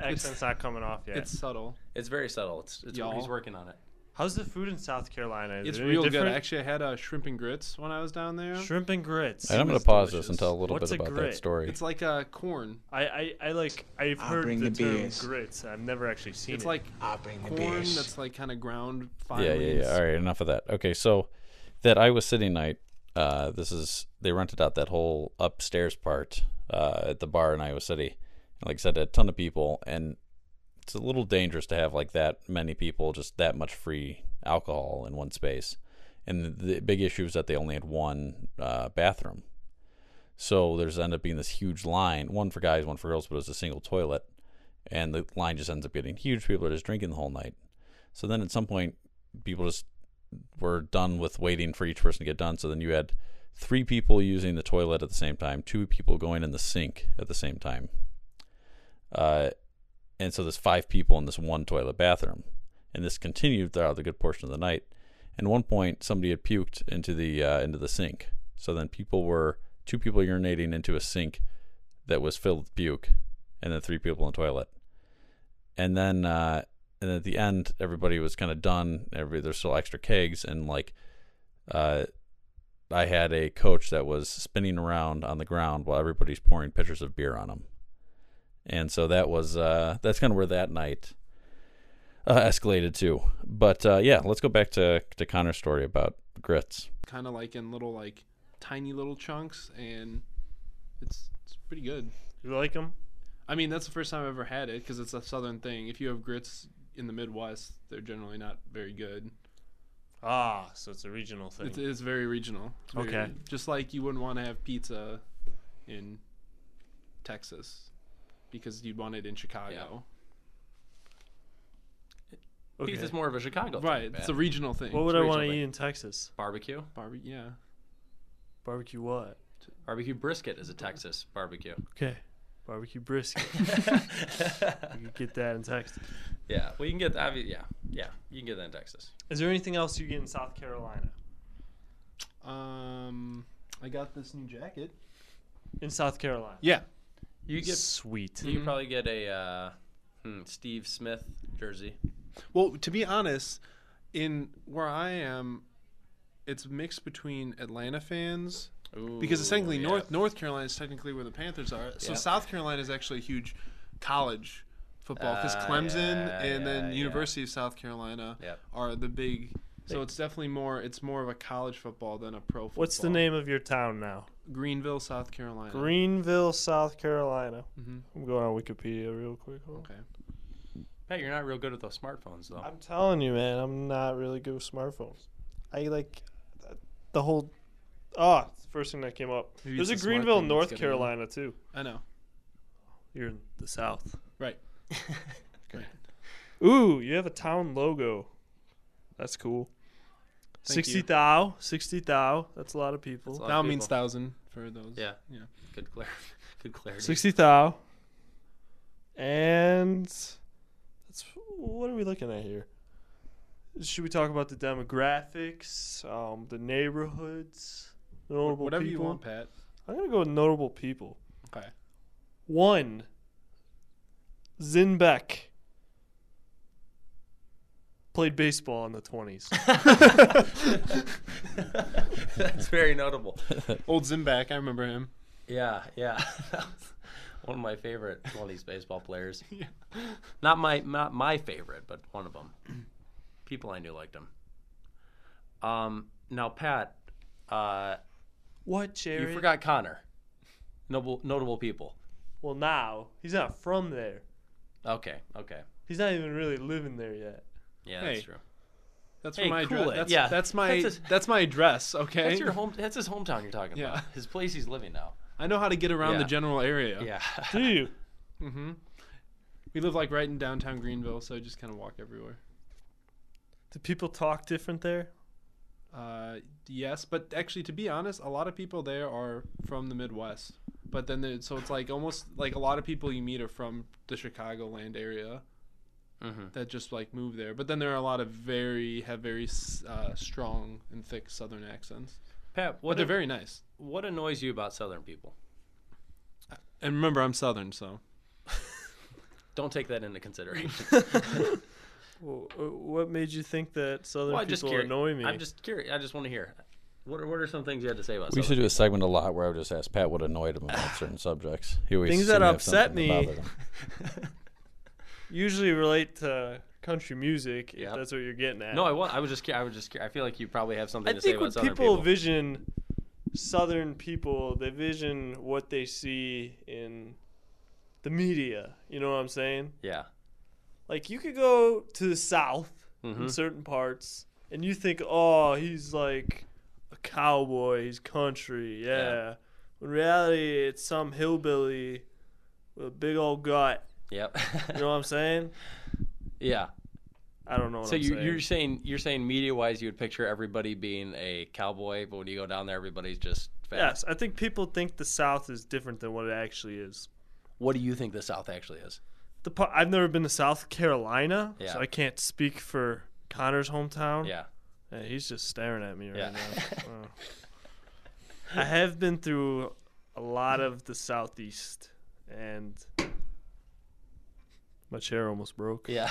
S4: Accent's not coming off yet.
S5: It's subtle.
S3: It's very subtle. It's, it's
S5: Y'all.
S3: he's working on it.
S4: How's the food in South Carolina? Is
S5: It's
S4: it any
S5: real good.
S4: different?
S5: Actually, I had uh, shrimp and grits when I was down there.
S4: Shrimp and grits.
S1: And I'm going
S5: was
S1: to pause this
S5: delicious.
S1: and tell a little
S4: What's
S1: bit
S4: a
S1: about that
S4: grit?
S1: story.
S5: It's like uh, corn.
S4: I, I, I like. I've
S6: I'll
S4: heard
S6: bring
S4: the,
S6: the
S4: term
S6: beers.
S4: grits. I've never actually seen
S5: It's
S4: it.
S5: like
S6: I'll bring the
S5: corn
S6: beers.
S5: that's like kind of ground finely.
S1: yeah, yeah, yeah. All right, enough of that. Okay, so that Iowa City night, uh, this is they rented out that whole upstairs part uh, at the bar in Iowa City. And like I said, a ton of people, and it's a little dangerous to have like that many people, just that much free alcohol in one space. And the, the big issue is that they only had one uh, bathroom, so there's ended up being this huge line, one for guys, one for girls, but it was a single toilet, and the line just ends up getting huge. People are just drinking the whole night. So then at some point, people just were done with waiting for each person to get done. So then you had three people using the toilet at the same time, two people going in the sink at the same time. Uh, and so there's five people in this one toilet bathroom. And this continued throughout the good portion of the night. And at one point, somebody had puked into the uh, into the sink. So then people were two people urinating into a sink that was filled with puke, and then three people in the toilet. And then uh, and at the end everybody was kind of done every there's still extra kegs and like uh i had a coach that was spinning around on the ground while everybody's pouring pitchers of beer on him and so that was uh that's kind of where that night uh, escalated to but uh yeah let's go back to to connor's story about grits
S5: Kind of like in little like tiny little chunks, and it's it's pretty good.
S4: you like them?
S5: I mean, that's the first time I've ever had it because it's a southern thing. If you have grits in the Midwest, they're generally not very good.
S4: Ah, so it's a regional thing.
S5: It's, it's very regional. It's very-
S4: Okay.
S5: Just like you wouldn't want to have pizza in Texas because you'd want it in Chicago.
S4: okay.
S3: Pizza's more of a Chicago thing,
S5: Right. It's
S3: Matt.
S5: a regional thing.
S4: What would I want to
S3: regionally.
S4: eat in Texas?
S3: barbecue.
S5: Barbie, yeah.
S4: Barbecue what?
S3: Barbecue brisket is a Texas barbecue.
S4: Okay. Barbecue brisket. you could get that in Texas.
S3: Yeah. Well, you can get that. Yeah. Yeah. You can get that in Texas.
S4: Is there anything else you get in South Carolina?
S5: Um, I got this new jacket.
S4: In South Carolina.
S5: Yeah.
S3: You get.
S4: Sweet.
S5: Mm-hmm.
S3: You probably get a uh, hmm, Steve Smith jersey.
S5: Well, to be honest, in where I am, it's mixed between Atlanta fans because
S3: Ooh,
S5: essentially
S3: yeah.
S5: North North Carolina is technically where the Panthers are. So
S3: Yeah.
S5: South Carolina is actually a huge college football because
S3: Ah,
S5: Clemson
S3: yeah,
S5: and
S3: yeah,
S5: then
S3: yeah.
S5: University of South Carolina
S3: Yep.
S5: are the big. So it's definitely more. It's more of a college football than a pro football.
S4: What's the name of your town now?
S5: Greenville, South Carolina.
S4: Greenville, South Carolina.
S5: Mhm.
S4: I'm going on Wikipedia real quick. Hold on.
S5: Okay.
S3: Pat, you're not real good with those smartphones though.
S4: I'm telling you, man, I'm not really good with smartphones. I like th- the whole. Ah, it's the first thing that came up.
S5: Maybe
S4: There's a
S5: it's the smart
S4: Greenville,
S5: thing that's
S4: North
S5: getting-
S4: Carolina too.
S5: I know.
S4: You're in the South.
S5: Right.
S4: Ooh, you have a town logo. That's cool.
S5: Thank
S4: Sixty
S5: you.
S4: thou, sixty thou. That's a lot of people.
S3: That's a lot.
S5: Thou
S3: people.
S5: means thousand for those.
S3: Yeah.
S5: Yeah.
S3: Good clar- Good clarity.
S4: Sixty thou. And that's what are we looking at here? Should we talk about the demographics, um, the neighborhoods, notable
S5: Whatever
S4: people?
S5: you want, Pat.
S4: I'm gonna go with notable people.
S5: Okay.
S4: One. Zinbeck played baseball in the 20s.
S3: That's very notable.
S5: Old Zimback, I remember him.
S3: Yeah, yeah. That was one of my favorite one of these baseball players. Not my not my favorite, but one of them. People I knew liked him. Um, now Pat, uh,
S4: what, Jerry?
S3: you forgot Connor. Notable notable people.
S4: Well, now he's not from there.
S3: Okay, okay.
S4: He's not even really living there yet.
S3: Yeah, that's
S5: Hey.
S3: true.
S5: That's
S3: Hey,
S5: where my
S3: cool
S5: address.
S3: it.
S5: That's,
S3: Yeah.
S5: that's my
S3: That's
S5: that's,
S3: his-
S5: my address. Okay.
S3: That's your home. That's his hometown. You're talking
S5: Yeah.
S3: about his place. He's living now.
S5: I know how to get around
S3: Yeah.
S5: the general area.
S3: Yeah.
S4: Do you?
S5: Mm-hmm. We live like right in downtown Greenville, so I just kind of walk everywhere.
S4: Do people talk different there?
S5: Uh, yes, but actually, to be honest, a lot of people there are from the Midwest. But then, there- so it's like almost like a lot of people you meet are from the Chicagoland area
S3: hmm
S5: that just like move there. But then there are a lot of very have very s- uh, strong and thick Southern accents,
S3: Pat,
S5: but
S3: what
S5: they're
S3: a-
S5: very nice.
S3: what annoys you about Southern people?
S5: And remember, I'm Southern, so
S3: Don't take that into consideration.
S4: Wh- wh- uh, What made you think that Southern
S3: Well, I'm
S4: people
S3: just curious.
S4: annoy me?
S3: I'm just curious. I just want to hear. What are, what are some things you had to say about?
S1: We used to
S3: Southern?
S1: do a segment a lot where I would just ask Pat what annoyed him about certain subjects. He always
S4: Things
S1: seemed
S4: that
S1: to have
S4: upset
S1: something
S4: me.
S1: bothered him.
S4: usually relate to country music
S3: Yep.
S4: if that's what you're getting at.
S3: No, I was. I was just. cu- I was just. cu- I feel like you probably have something
S4: I
S3: to say
S4: think when
S3: about Southern
S4: people,
S3: people.
S4: vision Southern people, they vision what they see in the media. You know what I'm saying?
S3: yeah.
S4: Like you could go to the South in
S3: Mhm.
S4: certain parts, and you think, "Oh, he's like a cowboy. He's country." Yeah.
S3: Yeah.
S4: When in reality, it's some hillbilly with a big old gut.
S3: Yep.
S4: You know what I'm saying?
S3: yeah.
S4: I don't know. What
S3: So
S4: I'm
S3: you,
S4: saying.
S3: you're saying you're saying media wise, you would picture everybody being a cowboy, but when you go down there, everybody's just fat.
S4: Yes, I think people think the South is different than what it actually is.
S3: What do you think the South actually is?
S4: The part, I've never been to South Carolina,
S3: Yeah.
S4: so I can't speak for Connor's hometown.
S3: Yeah.
S4: Yeah, he's just staring at me right
S3: Yeah.
S4: now. Wow. I have been through a lot of the Southeast, and my chair almost broke.
S3: Yeah.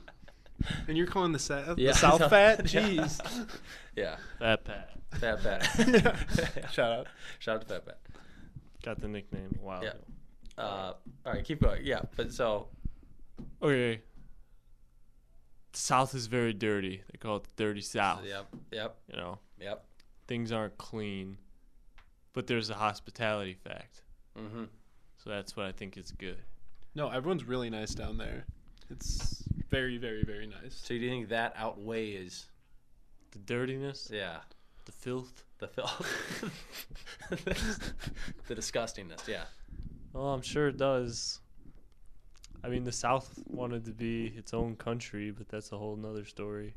S5: and you're calling the South
S3: Yeah.
S5: the South fat?
S3: Yeah.
S5: Jeez.
S3: yeah.
S4: Fat Pat
S3: Fat Pat.
S5: Shout out.
S3: Shout out to Fat Pat.
S4: got the nickname. Wow.
S3: Yeah. Uh, all right, keep going. Yeah, but so
S4: Okay. South is very dirty. They call it the dirty South.
S3: yep, yep,
S4: You know,
S3: yep.
S4: things aren't clean, but there's a hospitality fact.
S3: Mm-hmm.
S4: So that's what I think is good.
S5: No, everyone's really nice down there. It's very, very, very nice.
S3: So do you think that outweighs?
S4: The dirtiness,
S3: Yeah.
S4: the filth.
S3: The film. the disgustingness, yeah.
S4: Oh, I'm sure it does. I mean, the South wanted to be its own country, but that's a whole nother story.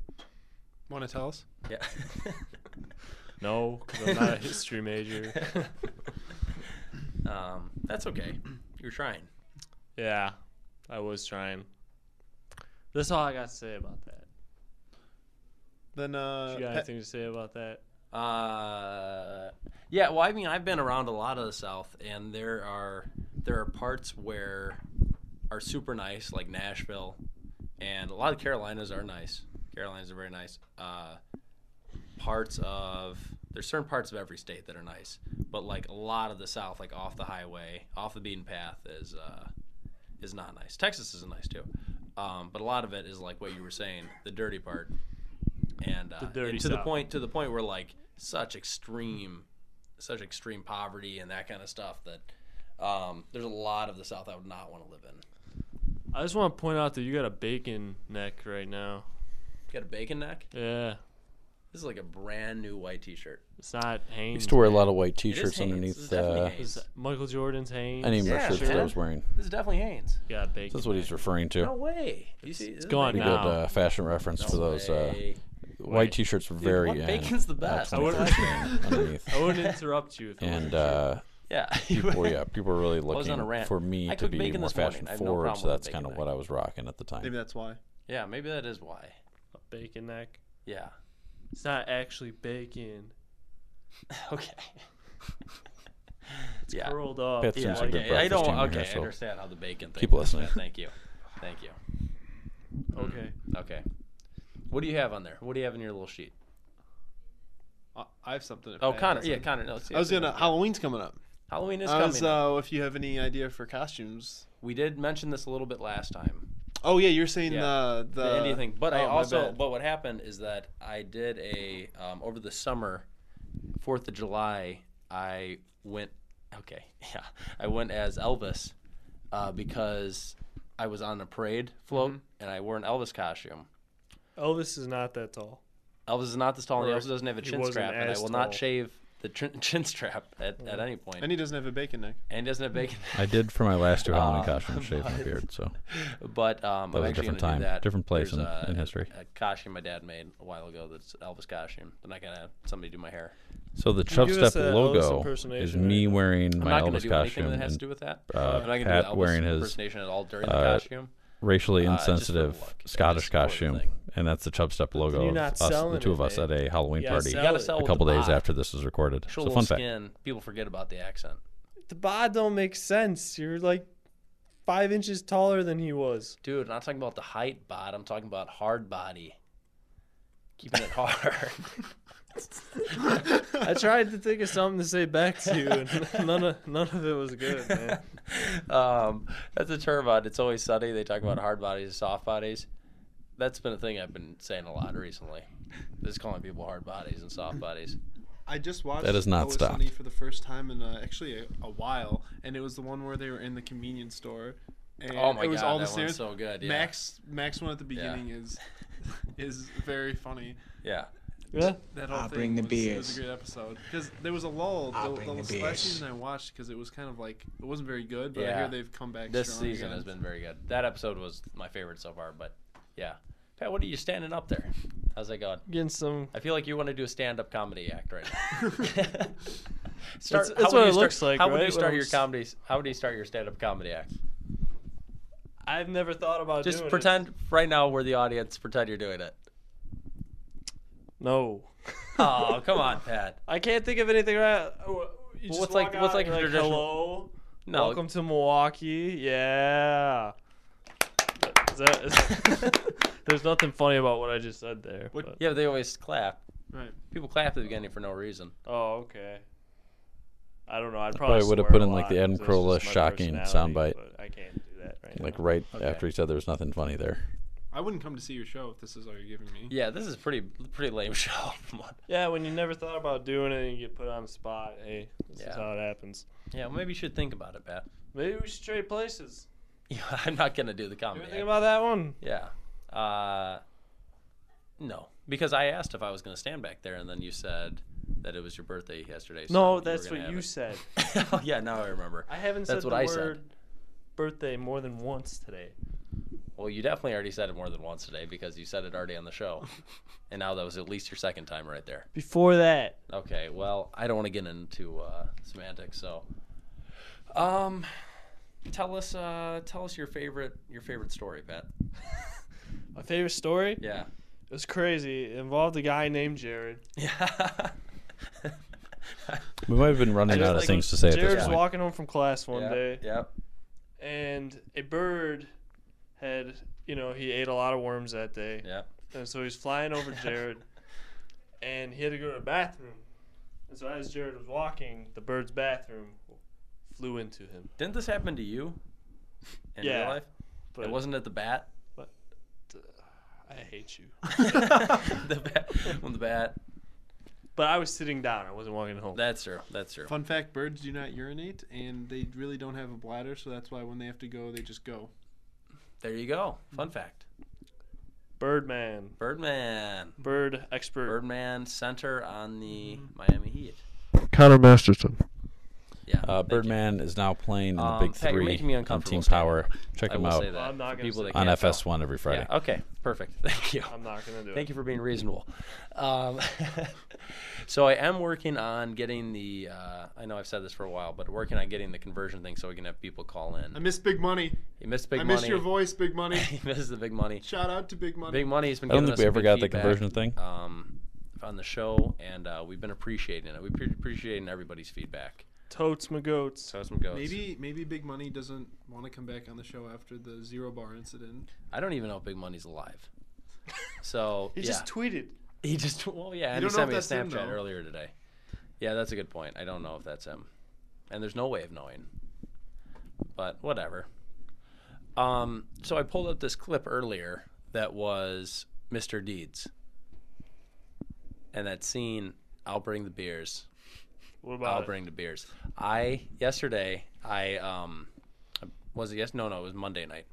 S5: Want to tell us?
S3: Yeah.
S4: No, 'cause I'm not a history major.
S3: um, that's okay. You're trying.
S4: Yeah, I was trying. That's all I got to say about that.
S5: Then uh,
S4: You got
S5: Pat-
S4: anything to say about that?
S3: Uh, yeah, well, I mean, I've been around a lot of the South, and there are there are parts where are super nice, like Nashville, and a lot of Carolinas are nice. Carolinas are very nice. Uh, parts of there's certain parts of every state that are nice, but like a lot of the South, like off the highway, off the beaten path, is uh, is not nice. Texas is nice too, um, but a lot of it is like what you were saying, the dirty part, and, uh,
S4: The dirty
S3: and to the
S4: South.
S3: point to the point where like such extreme, such extreme poverty and that kind of stuff that um, there's a lot of the South I would not want to live in.
S4: I just want to point out that you got a bacon neck right now.
S3: Got a bacon neck.
S4: Yeah,
S3: This is like a brand new white T-shirt.
S4: it's not Hanes.
S1: Used to wear a lot of white
S3: It is
S1: T-shirts
S3: Hanes. This is
S1: underneath.
S3: definitely
S1: Uh,
S3: Hanes.
S4: Michael Jordan's Hanes.
S1: I didn't even know
S3: Yeah,
S1: shirts that I
S3: man.
S1: was wearing.
S3: This is definitely Hanes.
S4: Yeah, bacon.
S1: That's what he's referring to.
S3: No way. You see, it's
S4: gone
S1: Pretty
S4: now.
S1: good uh, fashion reference for those uh, white t-shirts were very
S3: what
S1: in
S3: bacon's the
S1: at
S3: best?
S4: I would-
S1: 21st and underneath.
S3: Oh,
S4: I wouldn't interrupt you if you
S1: And
S4: wanted to.
S1: uh,
S3: Yeah.
S1: people, yeah, people were really
S3: was on
S1: looking
S3: a rant.
S1: for me
S3: I
S1: to
S3: cooked
S1: be
S3: bacon
S1: more
S3: this morning.
S1: fashion
S3: I have no
S1: forward.
S3: problem
S1: so
S3: with
S1: that's
S3: bacon
S1: kind of
S3: night.
S1: what I was rocking at the time.
S5: Maybe that's why.
S3: yeah, maybe that is why.
S4: A bacon neck.
S3: Yeah.
S4: It's not actually bacon.
S3: Okay. yeah.
S4: Curled up.
S1: Pets
S3: Yeah.
S1: Seems like a
S3: Okay.
S1: good
S3: I don't.
S1: breakfast team
S3: Okay. I
S1: rehearsal.
S3: understand how the bacon thing.
S1: Keep
S3: works now.
S1: listening.
S3: Thank you. Thank you.
S4: Okay.
S3: Okay. What do you have on there? What do you have in your little sheet?
S5: I, I have something. if
S3: Oh,
S5: Pat
S3: Connor.
S5: has
S3: Yeah,
S5: it.
S3: Connor. No, let's see
S5: I was
S3: if we
S5: gonna.
S3: can-
S5: Halloween's coming up.
S3: Halloween is
S5: I was,
S3: coming.
S5: uh, if you have any idea for costumes.
S3: we did mention this a little bit last time.
S5: Oh yeah, you're saying
S3: Yeah.
S5: the the,
S3: the India thing. But I
S5: oh, my
S3: also,
S5: bad.
S3: but what happened is that I did a um, over the summer, Fourth of July. I went. Okay, yeah, I went as Elvis uh, because I was on a parade float and I wore an Elvis costume.
S4: Elvis is not that tall.
S3: Elvis is not this tall, and he
S4: Or
S3: also doesn't have a
S4: he
S3: chin
S4: wasn't
S3: strap, and I
S4: as
S3: will not
S4: tall.
S3: shave the chin, chin strap at, at any point.
S5: and he doesn't have a bacon neck.
S3: and he doesn't have bacon.
S1: I did for my last two Halloween
S3: Uh,
S1: costumes shave my
S3: but-
S1: beard, so
S3: But um,
S1: That was
S3: I'm
S1: a
S3: actually
S1: different
S3: gonna
S1: time,
S3: do that.
S1: different place
S3: There's
S1: in-
S3: a-
S1: in history.
S3: A costume my dad made a while ago. That's Elvis costume. I'm not gonna have somebody do my hair.
S1: so the
S4: Can you
S1: Chubb
S4: give us
S1: Step
S4: a Elvis
S1: logo is
S4: impersonation
S1: me
S4: right now?
S1: wearing
S3: I'm
S1: my
S3: not gonna
S1: Elvis
S3: do
S1: costume
S3: anything that has
S1: and
S3: to do with that.
S1: uh,
S3: I'm not gonna
S1: Pat
S3: do an Elvis
S1: wearing his,
S3: impersonation at all during the
S1: uh,
S3: costume.
S1: racially
S3: Uh, just for
S1: insensitive
S3: luck. It's
S1: Scottish
S3: just part of the
S1: costume,
S3: thing.
S1: and that's the Chubb Step
S4: you're
S1: logo of
S4: not
S1: us, the
S4: selling
S1: two of
S4: it,
S1: us, at
S4: man.
S1: a Halloween
S4: Yeah,
S1: party
S3: You
S4: sell
S1: a
S3: gotta
S4: it.
S3: sell with
S1: couple
S3: the
S1: days
S3: bod.
S1: after this was recorded.
S3: Show a
S1: So
S3: little
S1: fun fact.
S3: skin. People forget about the accent,
S4: The bod don't make sense. You're like five inches taller than he was.
S3: dude. I'm not talking about the height bod. I'm talking about hard body. Keeping it hard.
S4: I tried to think of something to say back to you, and none of none of it was good, man.
S3: um, that's a term on It's Always Sunny. They talk about hard bodies and soft bodies. That's been a thing I've been saying a lot recently. Just calling people hard bodies and soft bodies.
S5: I just watched
S1: That has not
S5: Always
S1: stopped.
S5: Sunny E for the first time in uh, actually a, a while, and it was the one where they were in the convenience store. And
S3: Oh my
S5: it was
S3: god,
S5: all the
S3: that
S5: stairs.
S3: one's so good. Yeah.
S5: Max Max one at the beginning is is very funny.
S3: Yeah.
S4: Yeah.
S5: That whole
S6: I'll
S5: thing
S6: bring the
S5: was, It was
S6: beers.
S5: a great episode because there was a lull.
S6: I'll
S5: The,
S6: bring
S5: the, last
S6: the beers.
S5: season I watched because it was kind of like it wasn't very good, but I
S3: Yeah.
S5: hear they've come back.
S3: This
S5: strong
S3: season
S5: again.
S3: has been very good. That episode was my favorite so far. But yeah, Pat, what are you standing up there? How's that going?
S4: Getting some.
S3: I feel like you want to do a stand-up comedy act right now. start, how
S4: That's-
S3: would
S4: that's what
S3: you
S4: it
S3: start-
S4: looks like,
S3: How
S4: right?
S3: would you
S4: When
S3: start
S4: I'm
S3: your
S4: s-
S3: comedy? How would you start your stand-up comedy act?
S4: I've never thought about
S3: Just
S4: doing it.
S3: pretend right now we're the audience. Pretend you're doing it.
S4: No.
S3: Oh, come on, Pat.
S4: I can't think of anything right. You just
S3: what's like-
S4: walk
S3: what's
S4: out
S3: like
S4: and
S3: a
S4: you're
S3: traditional-
S4: Hello.
S3: No.
S4: Welcome to Milwaukee. Yeah. Is that- is- there's nothing funny about what I just said there.
S5: What-
S4: but-
S3: Yeah, but they always clap.
S5: right.
S3: People clap at the beginning for no reason.
S4: Oh, okay. I don't know. I'd probably,
S1: Probably would've
S4: swear
S1: put
S4: a
S1: in, like,
S4: lot,
S1: the Adam
S4: 'cause that's
S1: Carolla
S4: just my
S1: shocking
S4: personality,
S1: soundbite.
S4: but I can't do that right
S1: Like
S4: now.
S1: right
S3: Okay.
S1: after he said there was nothing funny there.
S5: I wouldn't come to see your show if this is all you're giving me.
S3: Yeah, this is a pretty pretty lame show.
S4: Yeah, when you never thought about doing it and you get put on the spot, hey, this
S3: Yeah.
S4: is how it happens.
S3: yeah, well, maybe you should think about it, Pat.
S4: Maybe we should trade places.
S3: Yeah, I'm not gonna do the
S4: You
S3: comedy.
S4: ever think
S3: act.
S4: about that one?
S3: yeah. Uh, no, because I asked if I was gonna stand back there, and then you said that it was your birthday yesterday. so you
S4: No,
S3: were
S4: that's
S3: gonna
S4: what
S3: have
S4: you
S3: it.
S4: said.
S3: oh yeah, now I remember.
S4: I haven't
S3: That's
S4: said
S3: what
S4: the
S3: I said.
S4: word birthday more than once today.
S3: Well, you definitely already said it more than once today because you said it already on the show, and now that was at least your second time right there.
S4: Before that,
S3: Okay, well, I don't want to get into uh, semantics, so um, tell us uh, tell us your favorite your favorite story, Pat.
S4: my favorite story.
S3: Yeah.
S4: It was crazy. It involved a guy named Jared.
S3: Yeah.
S1: We might have been running
S4: I just
S1: out of
S4: like-
S1: things to say at
S4: Jared
S1: this
S4: was
S1: point.
S4: walking home from class one
S3: yep,
S4: day,
S3: Yep.
S4: and a bird had, you know, he ate a lot of worms that day,
S3: Yep.
S4: and so he was flying over Jared, and he had to go to the bathroom, and so as Jared was walking, the bird's bathroom flew into him.
S3: Didn't this happen to you in real
S4: Yeah,
S3: life?
S4: But
S3: it wasn't at the bat.
S4: I hate you.
S3: the bat. When the bat.
S4: But I was sitting down. I wasn't walking
S1: Oh.
S4: home.
S3: That's true. That's true.
S5: Fun fact: Birds do not urinate, and they really don't have a bladder, so that's why when they have to go, they just go.
S3: There you go. Fun fact.
S4: Birdman,
S3: Birdman.
S4: bird expert. Mm-hmm.
S3: Birdman center on the Miami Heat.
S4: Connor Masterson.
S3: Yeah.
S1: Uh,
S3: thank you.
S1: Birdman is now playing in the
S3: Um,
S1: Big
S3: Pat, you're
S1: Three
S3: making me
S1: on
S3: uncomfortable,
S1: Team
S3: Stan.
S1: Power. Check
S3: I
S1: them
S3: will
S1: out
S3: say that
S4: Well, I'm not
S3: for
S4: gonna
S3: people
S4: say
S3: that
S1: on
S3: can't tell.
S1: FS1 every Friday.
S3: Yeah. Okay. Perfect. Thank you.
S4: I'm not gonna do
S3: Thank
S4: it.
S3: you for being reasonable. Um, so I am working on getting the. Uh, I know I've said this for a while, but working on getting the conversion thing so we can have people call
S5: I
S3: in.
S5: miss Big Money.
S3: You missed big
S5: I miss
S3: money.
S5: your voice, Big Money.
S3: you missed the big money.
S5: Shout out to Big Money.
S3: Big money has been.
S1: I don't
S3: giving
S1: think
S3: us
S1: we
S3: some
S1: ever
S3: good
S1: got the
S3: feedback,
S1: conversion thing.
S3: Um, on the show, and uh, we've been appreciating it. We've been appreciating everybody's feedback.
S4: Totes my goats.
S3: So some goes.
S5: Maybe maybe Big Money doesn't want to come back on the show after the Zero Bar incident.
S3: I don't even know if Big Money's alive. So
S4: He
S3: yeah.
S4: just tweeted.
S3: He just well yeah, and he
S5: don't know
S3: sent
S5: if
S3: me a
S5: that's him,
S3: Snapchat
S5: though.
S3: earlier today. Yeah, that's a good point. I don't know if that's him. And there's no way of knowing. But whatever. Um, so I pulled up this clip earlier that was Mr. Deeds. And that scene, I'll bring the beers.
S4: What
S3: I'll
S4: about it?
S3: bring the beers. I yesterday I um was it yes no no it was Monday night.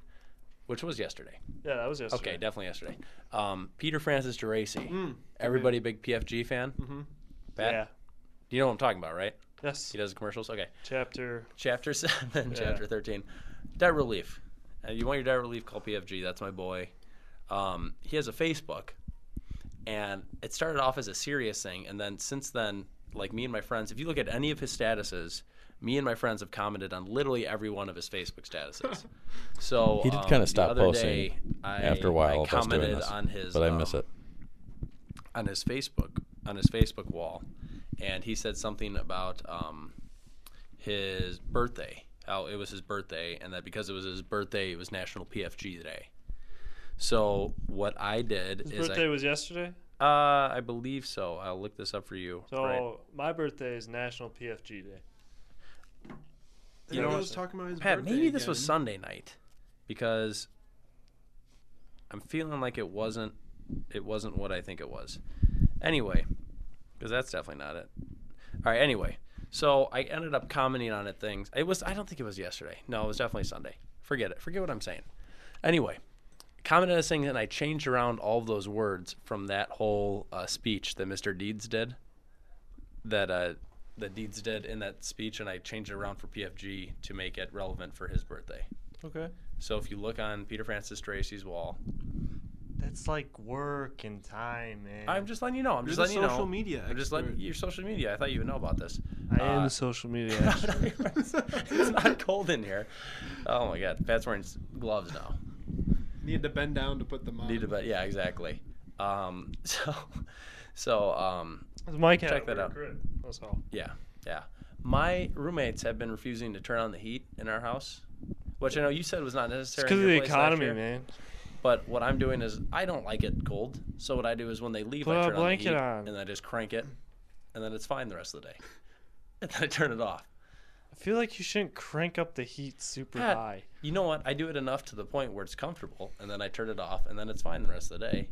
S3: Which was yesterday.
S4: Yeah, that was yesterday. Mm.
S3: Okay, definitely yesterday. Um, Peter Francis Geraci. Everybody big PFG fan? Mm-hmm. Pat,
S4: Yeah.
S3: you know what I'm talking about, right?
S4: Yes.
S3: He does commercials? Okay.
S4: Chapter.
S3: Chapter 7, Chapter 13. Debt Relief. Uh, you want your debt relief, call PFG. That's my boy. Um, he has a Facebook. And it started off as a serious thing. And then since then, like me and my friends, if you look at any of his statuses, me and my friends have commented on literally every one of his Facebook statuses. So
S1: He did
S3: um,
S1: kinda
S3: the
S1: stop
S3: other
S1: posting
S3: day, I-
S1: After a while,
S3: I
S1: of us doing
S3: commented
S1: this,
S3: on his,
S1: but I
S3: um,
S1: miss it.
S3: on his Facebook on his Facebook wall, and he said something about um, his birthday. How it was his birthday, and that because it was his birthday, it was National PFG Day. So what I did
S4: His
S3: is
S4: birthday was yesterday.
S3: I, uh, I believe so. I'll look this up for you.
S4: So
S3: right.
S4: my birthday is National PFG Day.
S5: You know, I was talking about his
S3: Pat,
S5: birthday
S3: maybe this was
S5: again.
S3: Sunday night, because I'm feeling like it wasn't. It wasn't what I think it was. Anyway, because that's definitely not it. All right. Anyway, so I ended up commenting on it. Things it was. I don't think it was yesterday. No, it was definitely Sunday. Forget it. Forget what I'm saying. Anyway, commented on this thing, and I changed around all of those words from that whole uh, speech that Mr. Deeds did. That uh, that Deeds did in that speech, and I changed it around for PFG to make it relevant for his birthday.
S4: Okay.
S3: So if you look on Peter Francis Tracy's wall,
S4: That's like work and time, man.
S3: I'm just letting you know. I'm just
S5: You're the
S3: letting you know.
S5: social media
S3: I'm just letting
S5: expert.
S3: your social media. I thought you would know about this.
S4: I am
S3: uh,
S4: the social media. expert.
S3: it's not cold in here. Oh my God, Pat's wearing s- gloves now.
S5: Need to bend down to put them on.
S3: Need to bet. Yeah, exactly. Um, so, so um,
S4: Mike had
S3: Check
S4: a
S3: that
S4: weird
S3: out.
S4: grid, That's all.
S3: yeah, yeah. My roommates have been refusing to turn on the heat in our house, which I know you said was not necessary.
S4: It's
S3: in
S4: because of
S3: your
S4: the
S3: place last
S4: economy,
S3: year.
S4: man.
S3: But what I'm doing is I don't like it cold. So what I do is when they leave,
S4: Put
S3: I
S4: a
S3: turn on the
S4: blanket
S3: heat,
S4: on.
S3: and I just crank it, and then it's fine the rest of the day. And then I turn it off.
S4: I feel like you shouldn't crank up the heat super
S3: Pat,
S4: high.
S3: You know what? I do it enough to the point where it's comfortable, and then I turn it off, and then it's fine the rest of the day.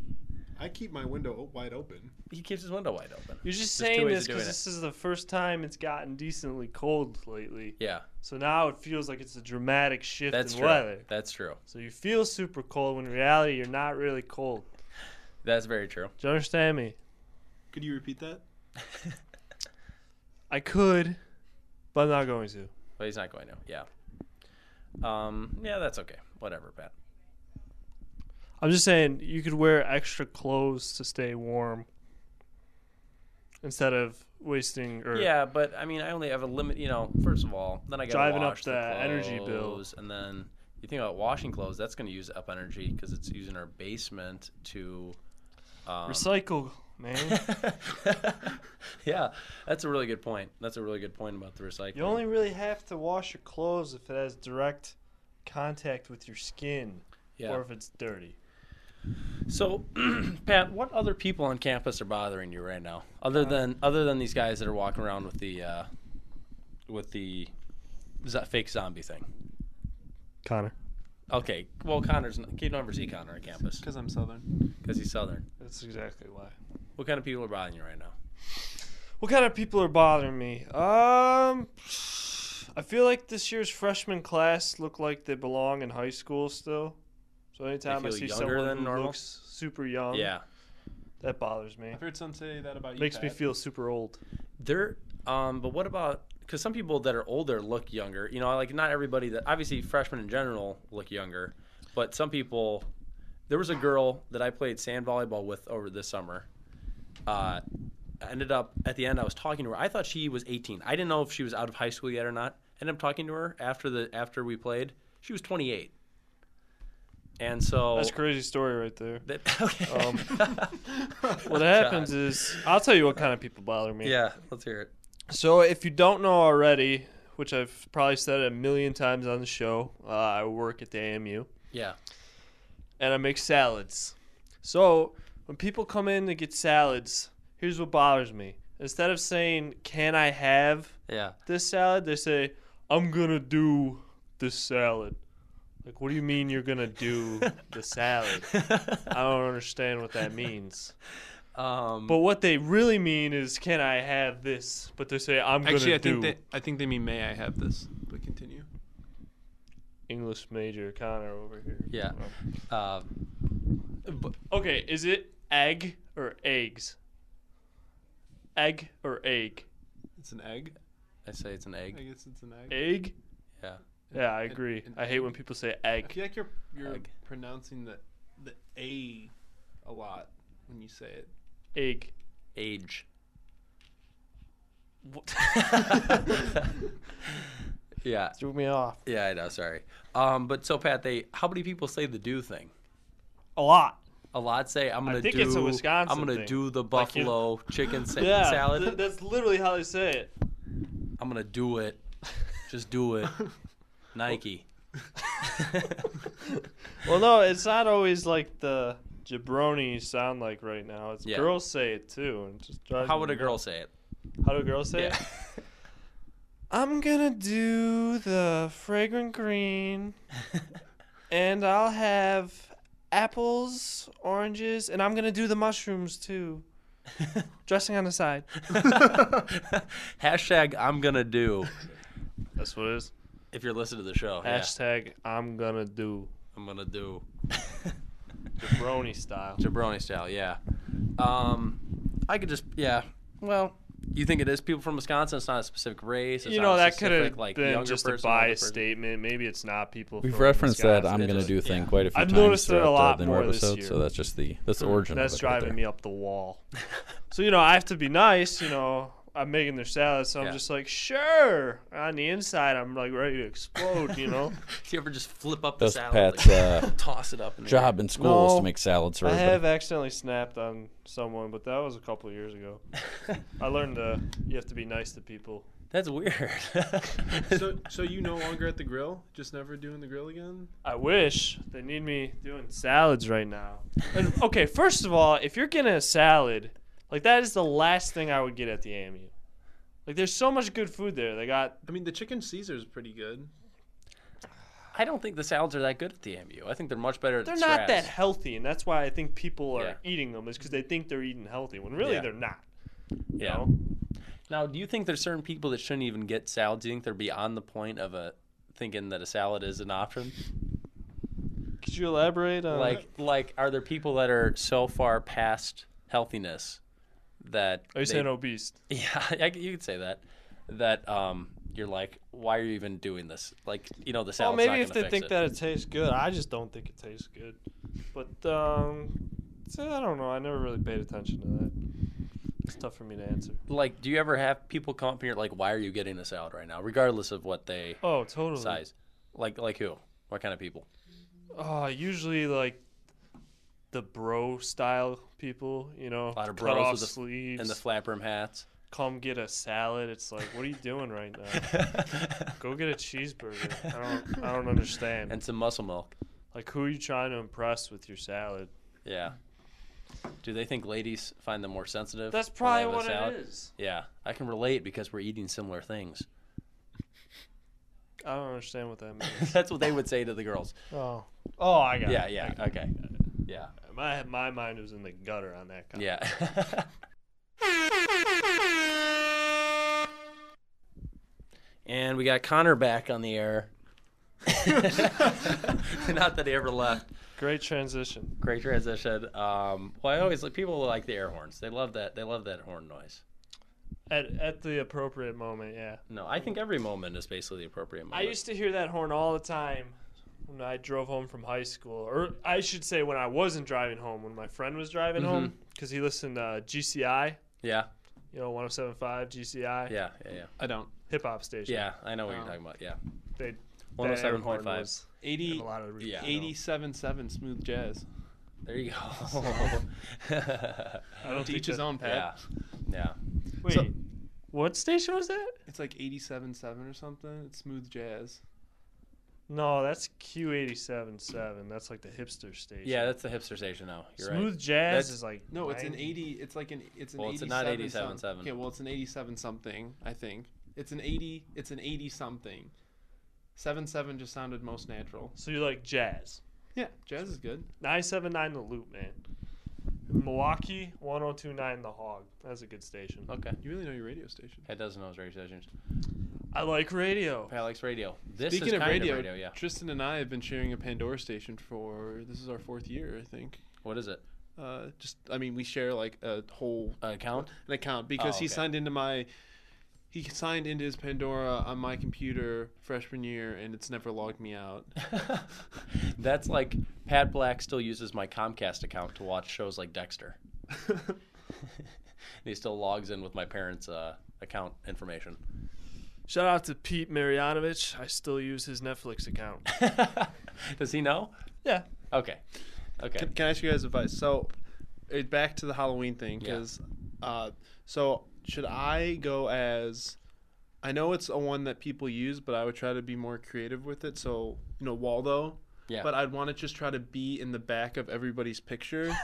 S5: I keep my window o- wide open.
S3: He keeps his window wide open.
S4: You're just
S3: There's two
S4: saying
S3: ways
S4: this
S3: of doing
S4: because
S3: it.
S4: this is the first time it's gotten decently cold lately.
S3: Yeah,
S4: So now it feels like it's a dramatic shift
S3: that's
S4: in
S3: true.
S4: weather.
S3: That's true.
S4: So you feel super cold when in reality you're not really cold.
S3: That's very true.
S4: Do you understand me?
S5: Could you repeat that?
S4: I could, but I'm not going to.
S3: But he's not going to. Yeah. Um. Yeah, that's okay. Whatever, Pat.
S4: I'm just saying you could wear extra clothes to stay warm instead of wasting or
S3: Yeah, but I mean, I only have a limit. You know, first of all, then I got
S4: Driving up
S3: wash the,
S4: the energy bill.
S3: clothes, and then you think about washing clothes. That's going to use up energy because it's using our basement to. Um,
S4: recycle, man.
S3: yeah, that's a really good point. That's a really good point about the recycling.
S4: you only really have to wash your clothes if it has direct contact with your skin
S3: yeah.
S4: or if it's dirty.
S3: So, Pat, what other people on campus are bothering you right now, other than other than these guys that are walking around with the uh, with the zo- fake zombie thing?
S4: Connor.
S3: Okay, well, Connor's not, you don't ever see E Connor on campus
S5: Because I'm Southern.
S3: because he's southern.
S4: That's exactly why.
S3: What kind of people are bothering you right now?
S4: What kind of people are bothering me? Um, I feel like this year's freshman class look like they belong in high school still. So anytime I
S3: feel
S4: see
S3: younger
S4: someone
S3: than
S4: who
S3: normal?
S4: looks super young,
S3: yeah,
S4: that bothers me.
S5: I've heard some say that about you.
S4: Makes me
S5: Pat.
S4: feel super old.
S3: they're. Um, but what about? because some people that are older look younger. You know, like not everybody that obviously freshmen in general look younger, but some people. There was a girl that I played sand volleyball with over this summer. Uh, I ended up at the end, I was talking to her. I thought she was 18. I didn't know if she was out of high school yet or not. Ended up talking to her after the after we played. She was 28. And so
S4: That's a crazy story right there.
S3: that- okay.
S4: Um, What happens is, I'll tell you what kind of people bother me.
S3: Yeah, let's hear it.
S4: So if you don't know already, which I've probably said a million times on the show, uh, I work at the AMU
S3: Yeah.
S4: and I make salads. So when people come in to get salads, here's what bothers me. Instead of saying, "Can I have
S3: Yeah.
S4: this salad?" they say, "I'm gonna do this salad." Like, what do you mean you're gonna do the salad? I don't understand what that means.
S3: um,
S4: But what they really mean is, "Can I have this?" But they say, "I'm gonna
S5: Actually, I
S4: do."
S5: think they I think they mean may I have this. But continue.
S4: English major Connor over here.
S3: yeah. Uh, but
S4: Okay, is it egg or eggs? Egg or egg?
S5: It's an egg.
S3: I say it's an
S5: I
S3: egg.
S5: guess it's an egg.
S4: Egg?
S3: Yeah.
S4: Yeah, I agree.
S5: an
S4: I hate when people say egg.
S5: I feel like you're you're
S3: Egg.
S5: pronouncing the the a a lot when you say it.
S4: Egg.
S3: Age.
S4: What?
S3: yeah.
S4: Threw me off.
S3: Yeah, I know. Sorry. Um, but so Pat, they how many people say the do thing?
S4: A lot.
S3: A lot say I'm gonna
S4: think
S3: do.
S4: it's a Wisconsin
S3: I'm gonna
S4: thing.
S3: do the
S4: Like you-
S3: buffalo chicken sa-
S4: Yeah,
S3: salad.
S4: th- that's literally how they say it.
S3: I'm gonna do it. Just do it. Nike.
S4: Well, no, it's not always like the jabroni you sound like right now. It's
S3: Yeah.
S4: girls say it too, and it just drives
S3: how
S4: me
S3: would a
S4: nuts.
S3: girl say it?
S4: How do girls say
S3: Yeah.
S4: it? I'm gonna do the fragrant green, and I'll have apples, oranges, and I'm gonna do the mushrooms too. Dressing on the side.
S3: Hashtag I'm gonna do.
S4: That's what it is.
S3: If you're listening to the show, yeah,
S4: Hashtag I'm gonna do
S3: I'm gonna do.
S4: jabroni style.
S3: Jabroni style, yeah. Um, I could just, yeah. Well, you think it is people from Wisconsin? It's not a specific race. It's
S4: You
S3: not
S4: know
S3: a
S4: that could
S3: specific,
S4: have
S3: like,
S4: been
S3: younger
S4: just a
S3: person, older
S4: biased
S3: person.
S4: statement. Maybe it's not people.
S1: We've
S4: from
S1: referenced that
S4: Wisconsin.
S1: I'm gonna
S3: just-
S1: do thing quite a few
S4: I've
S1: times
S4: noticed it a
S1: throughout
S4: lot
S1: the, the
S4: more
S1: newer
S4: this
S1: episode, so
S4: year.
S1: that's just the that's the origin.
S4: That's
S1: of it right
S4: driving
S1: there.
S4: me up the wall. so you know, I have to be nice. You know, I'm making their salad, so I'm
S3: Yeah.
S4: just like, sure. On the inside, I'm like ready to explode. You know,
S3: Do you ever just flip up the
S1: That's
S3: salad?
S1: Pat's
S3: like,
S1: uh,
S3: toss it up. In the
S1: job in school was
S4: No,
S1: to make salads for
S4: I
S1: everybody.
S4: have accidentally snapped on someone, but that was a couple of years ago. I learned uh, you have to be nice to people.
S3: air? That's weird.
S5: So so you no longer at the grill? Just never doing the grill again?
S4: I wish they need me doing salads right now. And, okay, first of all, if you're getting a salad, like that is the last thing I would get at the AMU. Like there's so much good food there. They got
S5: I mean the chicken Caesar is pretty good.
S3: I don't think the salads are that good at the AMU. I think they're much better at
S4: they're
S3: the
S4: not
S3: Straz.
S4: that healthy, and that's why I think people are
S3: Yeah.
S4: eating them is because they think they're eating healthy when really
S3: Yeah.
S4: they're not. You
S3: Yeah.
S4: know?
S3: Now, do you think there's certain people that shouldn't even get salads? Do you think they're beyond the point of a thinking that a salad is an option?
S4: Could you elaborate on
S3: like like are there people that are so far past healthiness that
S4: Are Oh, you
S3: they-
S4: saying obese?
S3: yeah I, c- you could say that that um you're like why are you even doing this like you know the
S4: Well,
S3: salad's not
S4: maybe if
S3: gonna
S4: they
S3: fix
S4: think
S3: it.
S4: that it tastes good, I just don't think it tastes good. But um, so I don't know. I never really paid attention to that. It's tough for me to answer.
S3: like do you ever have people come up and you're like why are you getting a salad right now regardless of what they
S4: Oh, totally.
S3: size like like who what kind of people
S4: Uh, usually like the bro style people, you know,
S3: lot of
S4: cut
S3: bros
S4: off
S3: with the-
S4: sleeves,
S3: and the flat brim hats
S4: come get a salad. It's like, what are you doing right now? Go get a cheeseburger. I don't, I don't understand.
S3: and some muscle milk
S4: like, who are you trying to impress with your salad?
S3: yeah do they think ladies find them more sensitive
S4: That's
S3: when they
S4: probably
S3: have a
S4: what
S3: salad?
S4: it is.
S3: yeah i can relate because we're eating similar things
S4: I don't understand what that means.
S3: That's what they would say to the girls.
S4: oh, oh, I got
S3: Yeah,
S4: it.
S3: yeah, okay. Yeah,
S4: My my mind was in the gutter on that. Comment.
S3: yeah. and we got Connor back on the air. Not that he ever left.
S4: Great transition.
S3: Great transition. Um, well, I always like people like the air horns. They love that. They love that horn noise.
S4: At at the appropriate moment, yeah.
S3: No, I think every moment is basically the appropriate
S4: I
S3: moment.
S4: used to hear that horn all the time when I drove home from high school, or I should say when I wasn't driving home, when my friend was
S3: Mm-hmm.
S4: driving home, because he listened to uh, GCI,
S3: yeah,
S4: you know, 107.5 GCI,
S3: yeah, yeah, yeah.
S5: I don't.
S4: hip hop station.
S3: Yeah, I know what
S5: Oh.
S3: you're talking about. Yeah,
S4: They,
S3: one hundred seven point
S4: horn
S3: five.
S4: was- they
S5: Eighty
S4: have a lot of reach.
S3: Yeah.
S5: eighty seven seven smooth jazz.
S3: There you go.
S4: I don't
S5: To
S4: think
S5: each his
S4: that-
S5: own, Pat.
S3: yeah, yeah.
S4: Wait,
S5: So-
S4: what station was that?
S5: It's like eighty seven seven or something. It's smooth jazz.
S4: No, that's Q87.7. That's like the hipster station.
S3: Yeah, that's the hipster station now. You're
S4: Smooth
S3: right.
S4: jazz
S3: That's-
S4: is like
S5: No, it's an
S4: 90.
S5: eighty. It's like an it's an
S3: Well, it's
S5: 87
S3: not
S5: some-
S3: 87.7.
S5: Okay, well, it's an eighty seven something. I think it's an eighty. It's an eighty something. Seven seven just sounded most natural.
S4: So you like jazz?
S5: Yeah, jazz is good.
S4: 979 The Loop, man. Milwaukee 1029 The Hog. That's a good station.
S3: Okay.
S5: You really know your radio station.
S3: Pat doesn't know his radio stations.
S4: I like radio.
S3: Pat likes radio. This
S5: Speaking
S3: is
S5: of
S3: kind
S5: radio,
S3: of radio. Yeah.
S5: Tristan and I have been sharing a Pandora station for this is our fourth year, I think.
S3: What is it?
S5: Uh, just I mean, we share like a whole
S3: An account?
S5: an account because
S3: Uh, Oh,
S5: he
S3: okay.
S5: signed into my he signed into his Pandora on my computer freshman year, and it's never logged me out.
S3: That's like Pat Black still uses my Comcast account to watch shows like Dexter. And he still logs in with my parents' uh, account information.
S4: Shout out to Pete Marianovich. I still use his Netflix account.
S3: Does he know?
S4: yeah.
S3: Okay. Okay.
S5: Can, can I ask you guys advice? So, it, back to the Halloween thing,
S3: Yeah.
S5: because uh, so should I go as? I know it's a one that people use, but I would try to be more creative with it. So you know Waldo,
S3: Yeah.
S5: but I'd want to just try to be in the back of everybody's picture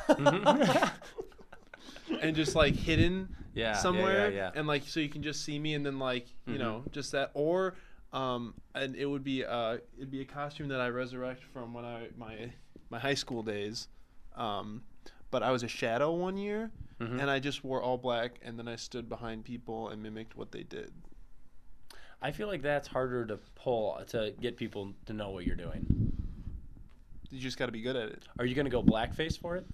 S5: and just like hidden
S3: yeah.
S5: somewhere,
S3: Yeah. Mm-hmm. Yeah.
S5: and like so you can just see me, and then like you know just that or. Um, and it would be uh, it'd be a costume that I resurrect from when I my my high school days, um, but I was a shadow one year,
S3: Mm-hmm.
S5: and I just wore all black, and then I stood behind people and mimicked what they did.
S3: I feel like that's harder to pull to get people to know what you're doing.
S5: You just got to be good at it.
S3: Are you going to go blackface for it?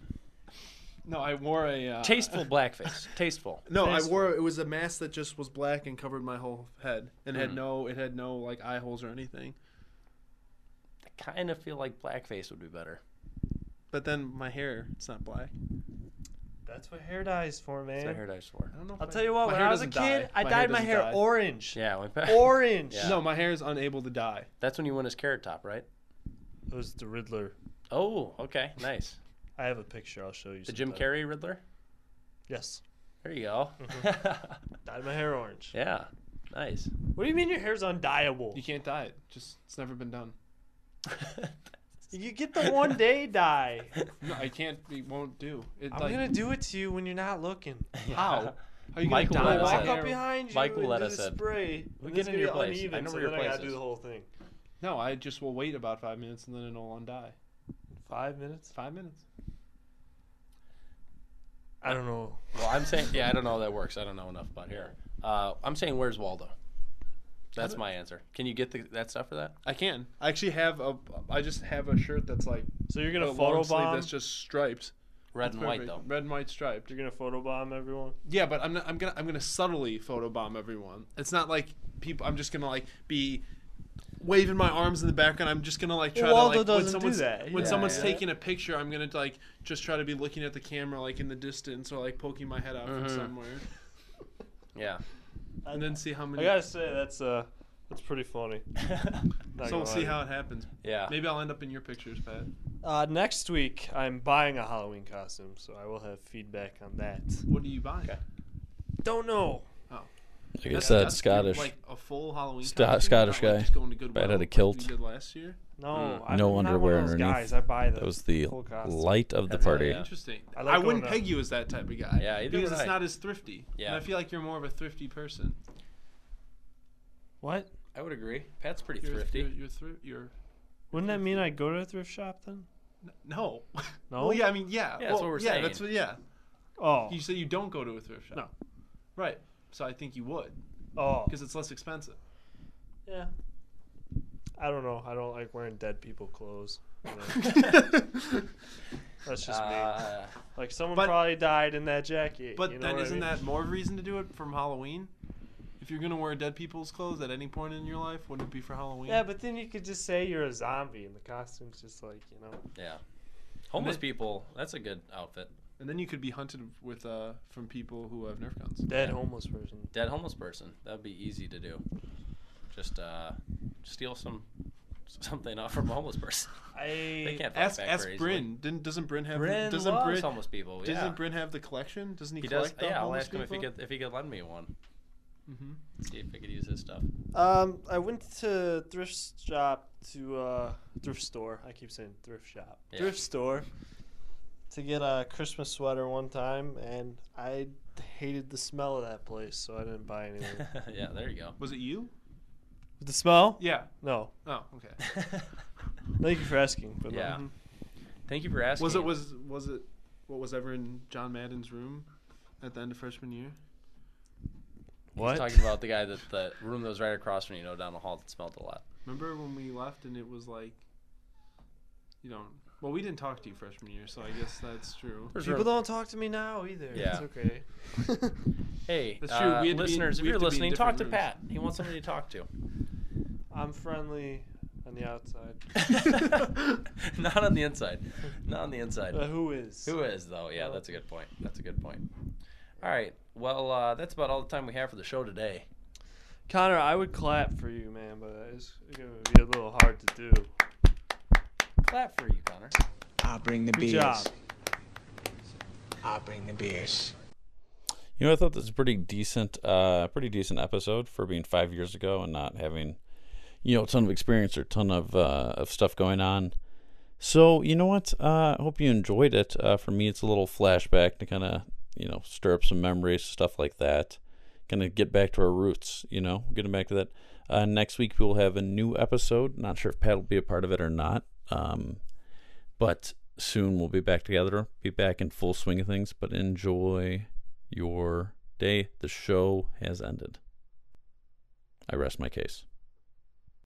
S5: No, I wore a uh,
S3: Tasteful blackface. Tasteful.
S5: No, I
S4: Tasteful.
S5: wore it was a mask that just was black and covered my whole head, and
S3: Mm.
S5: had no it had no like eye holes or anything.
S3: I kind of feel like blackface would be better.
S5: But then my hair, it's not black.
S4: That's what hair dye is for, man.
S3: That's what hair dye is for.
S5: I don't know. If
S4: I'll
S5: my-
S4: tell you what,
S5: my
S4: when
S5: hair
S4: I was a
S5: doesn't dye.
S4: kid, I dyed my
S5: doesn't
S4: hair
S5: dye.
S4: orange.
S3: Yeah. when-
S4: Orange.
S3: Yeah.
S5: No, my hair is unable to dye.
S3: That's when you went as carrot top, right?
S4: It was the Riddler.
S3: Oh, okay. Nice.
S4: I have a picture. I'll show you.
S3: The Jim
S4: sometime.
S3: Carrey Riddler?
S4: Yes.
S3: There you go. Mm-hmm.
S4: Dyed my hair orange.
S3: yeah. Nice.
S4: What do you mean your hair's undyable?
S5: You can't dye it. Just it's never been done.
S4: You get the one day dye.
S5: No, I can't. It won't do. It,
S4: I'm
S5: like,
S4: gonna do it to you when you're not looking.
S5: how? How you
S3: Michael
S5: gonna
S4: I
S3: Letta
S5: dye my
S4: walk
S3: said-
S5: hair?
S4: up behind you
S3: Michael
S4: and
S3: Letta
S4: do the
S3: said,
S4: spray.
S3: "We
S4: and
S3: get in
S4: it's gonna
S3: your
S4: be
S3: place. I
S4: uneven,
S3: know
S4: so
S3: where your
S4: then I
S3: place
S4: gotta do
S3: is."
S4: the whole thing.
S5: No, I just will wait about five minutes and then it'll undye.
S4: Five minutes?
S5: Five minutes.
S4: I don't know.
S3: Well, I'm saying, yeah, I don't know how that works. I don't know enough about hair. Uh, I'm saying, where's Waldo? That's my answer. Can you get the, that stuff for that?
S5: I can. I actually have a. I just have a shirt that's like
S4: So you're gonna
S5: a long
S4: photobomb.
S5: sleeve that's just striped.
S3: Red and white,
S5: Perfect.
S3: though.
S5: Red and white striped.
S4: You're gonna photobomb everyone.
S5: Yeah, but I'm not, I'm gonna I'm gonna subtly photobomb everyone. It's not like people. I'm just gonna like be waving my arms in the background. I'm just gonna like try
S4: Waldo
S5: to like
S4: doesn't
S5: when
S4: do
S5: someone's
S4: that.
S5: when
S4: Yeah,
S5: someone's
S4: yeah.
S5: taking a picture, I'm gonna like just try to be looking at the camera like in the distance or like poking my head out from
S3: Mm-hmm.
S5: somewhere
S3: Yeah.
S5: and then see how many.
S4: I gotta say that's uh that's pretty funny. Not
S5: so we'll
S4: gonna
S5: see
S4: lie.
S5: how it happens.
S3: yeah.
S5: Maybe I'll end up in your pictures, Pat.
S4: Uh, next week I'm buying a Halloween costume, so I will have feedback on that.
S5: What do you buy?
S3: Okay.
S4: Don't know.
S1: I guess that's, Scottish.
S5: Like a full Halloween.
S1: Sto-
S5: costume,
S1: Scottish
S5: not, like,
S1: guy.
S5: just going to Goodwill
S1: Bad at a
S5: like we
S1: kilt.
S5: did last year.
S4: No,
S3: Mm.
S4: I'm
S1: No
S4: not one of
S1: underwear
S4: those
S1: underneath.
S4: Guys, I buy the
S1: That was the
S4: full costume.
S1: light of the
S4: That's
S1: party.
S3: Yeah.
S5: Interesting. I,
S4: I like going
S5: wouldn't
S4: to-
S5: peg you as that type of guy.
S3: Yeah, either
S5: because
S3: would
S5: it's
S3: I.
S5: not as thrifty. And
S3: Yeah.
S5: I feel like you're more of a thrifty person.
S4: What?
S3: I would agree. Pat's pretty
S5: You're
S3: thrifty.
S5: You're, you're, thri- you're
S4: Wouldn't that mean I go to a thrift shop then? No?
S5: no. well, yeah, I mean, yeah.
S3: Yeah, that's
S5: well,
S3: what we're
S5: yeah,
S3: saying.
S5: That's what, yeah.
S4: Oh,
S5: You say you don't go to a thrift shop.
S4: No.
S5: Right. So I think you would
S4: oh,
S5: because it's less expensive.
S4: yeah. I don't know. I don't like wearing dead people clothes. You know, That's just me.
S3: Uh,
S4: Like someone
S5: but-
S4: probably died in that jacket.
S5: But
S4: you know
S5: then
S4: what I
S5: isn't
S4: mean?
S5: that more reason to do it from Halloween? If you're gonna wear dead people's clothes at any point in your life, wouldn't it be for Halloween?
S4: Yeah, but then you could just say you're a zombie, and the costume's just like you know.
S3: yeah. Homeless people. That's a good outfit.
S5: And then you could be hunted with uh from people who have Nerf guns.
S4: Dead homeless person.
S3: Dead homeless person. That'd be easy to do. Just uh, steal some something off from a homeless person. They
S4: I
S3: can't fight
S5: Ask
S3: back
S5: ask
S3: very easily.
S5: Bryn. Didn't doesn't Bryn have
S3: Bryn
S5: doesn't
S3: loves
S5: Bryn
S3: homeless people.
S5: doesn't
S3: Yeah.
S5: Bryn have the collection? Doesn't he,
S3: he does.
S5: collect the
S3: Yeah, I'll
S5: homeless
S3: ask him if he
S5: people?
S3: could if he could lend me one.
S5: Mhm.
S3: See if I could use his stuff.
S4: um I went to thrift shop to uh thrift store. I keep saying thrift shop.
S3: Yeah.
S4: Thrift store to get a Christmas sweater one time, and I hated the smell of that place, so I didn't buy anything.
S3: yeah, there you
S5: Was it you?
S4: the smell?
S5: Yeah.
S4: No.
S5: Oh, okay.
S3: go.
S4: Thank you for asking. But no.
S3: yeah. Thank you for asking.
S5: Was it was was it what was ever in John Madden's room at the end of freshman year?
S4: What?
S3: He's talking about the guy that the room that was right across from you, you know, down the hall that smelled a lot.
S5: Remember when we left and it was like, you know, well we didn't talk to you freshman year, so I guess that's true.
S4: People don't talk to me now either.
S3: Yeah.
S4: It's okay.
S3: Hey,
S5: That's true.
S3: uh,
S5: We had to be in-
S3: listeners,
S5: we
S3: if you're
S5: have to be in
S3: listening, talk to
S5: different
S3: Pat. He wants somebody to talk to.
S4: I'm friendly on the outside.
S3: Not on the inside. Not on the inside.
S5: Uh,
S4: But who is?
S3: Who is though? Yeah,
S4: Well-
S3: that's a good point. That's a good point. All right. Well, uh, that's about all the time we have for the show today.
S4: Connor, I would clap for you, man, but it's gonna be a little hard to do.
S3: Clap for you, Connor.
S6: I'll bring the
S4: Good
S6: beers.
S4: job.
S6: I'll bring the beers.
S1: You know, I thought this was a pretty decent, uh, pretty decent episode for being five years ago and not having, you know, a ton of experience or a ton of uh, of stuff going on. So you know what? Uh, I hope you enjoyed it. Uh, for me, it's a little flashback to kind of you know stir up some memories, stuff like that. Kind of get back to our roots. You know, getting back to that. Uh, next week we'll have a new episode. Not sure if Pat will be a part of it or not. Um, but soon we'll be back together. Be back in full swing of things. But enjoy your day. The show has ended. I rest my case.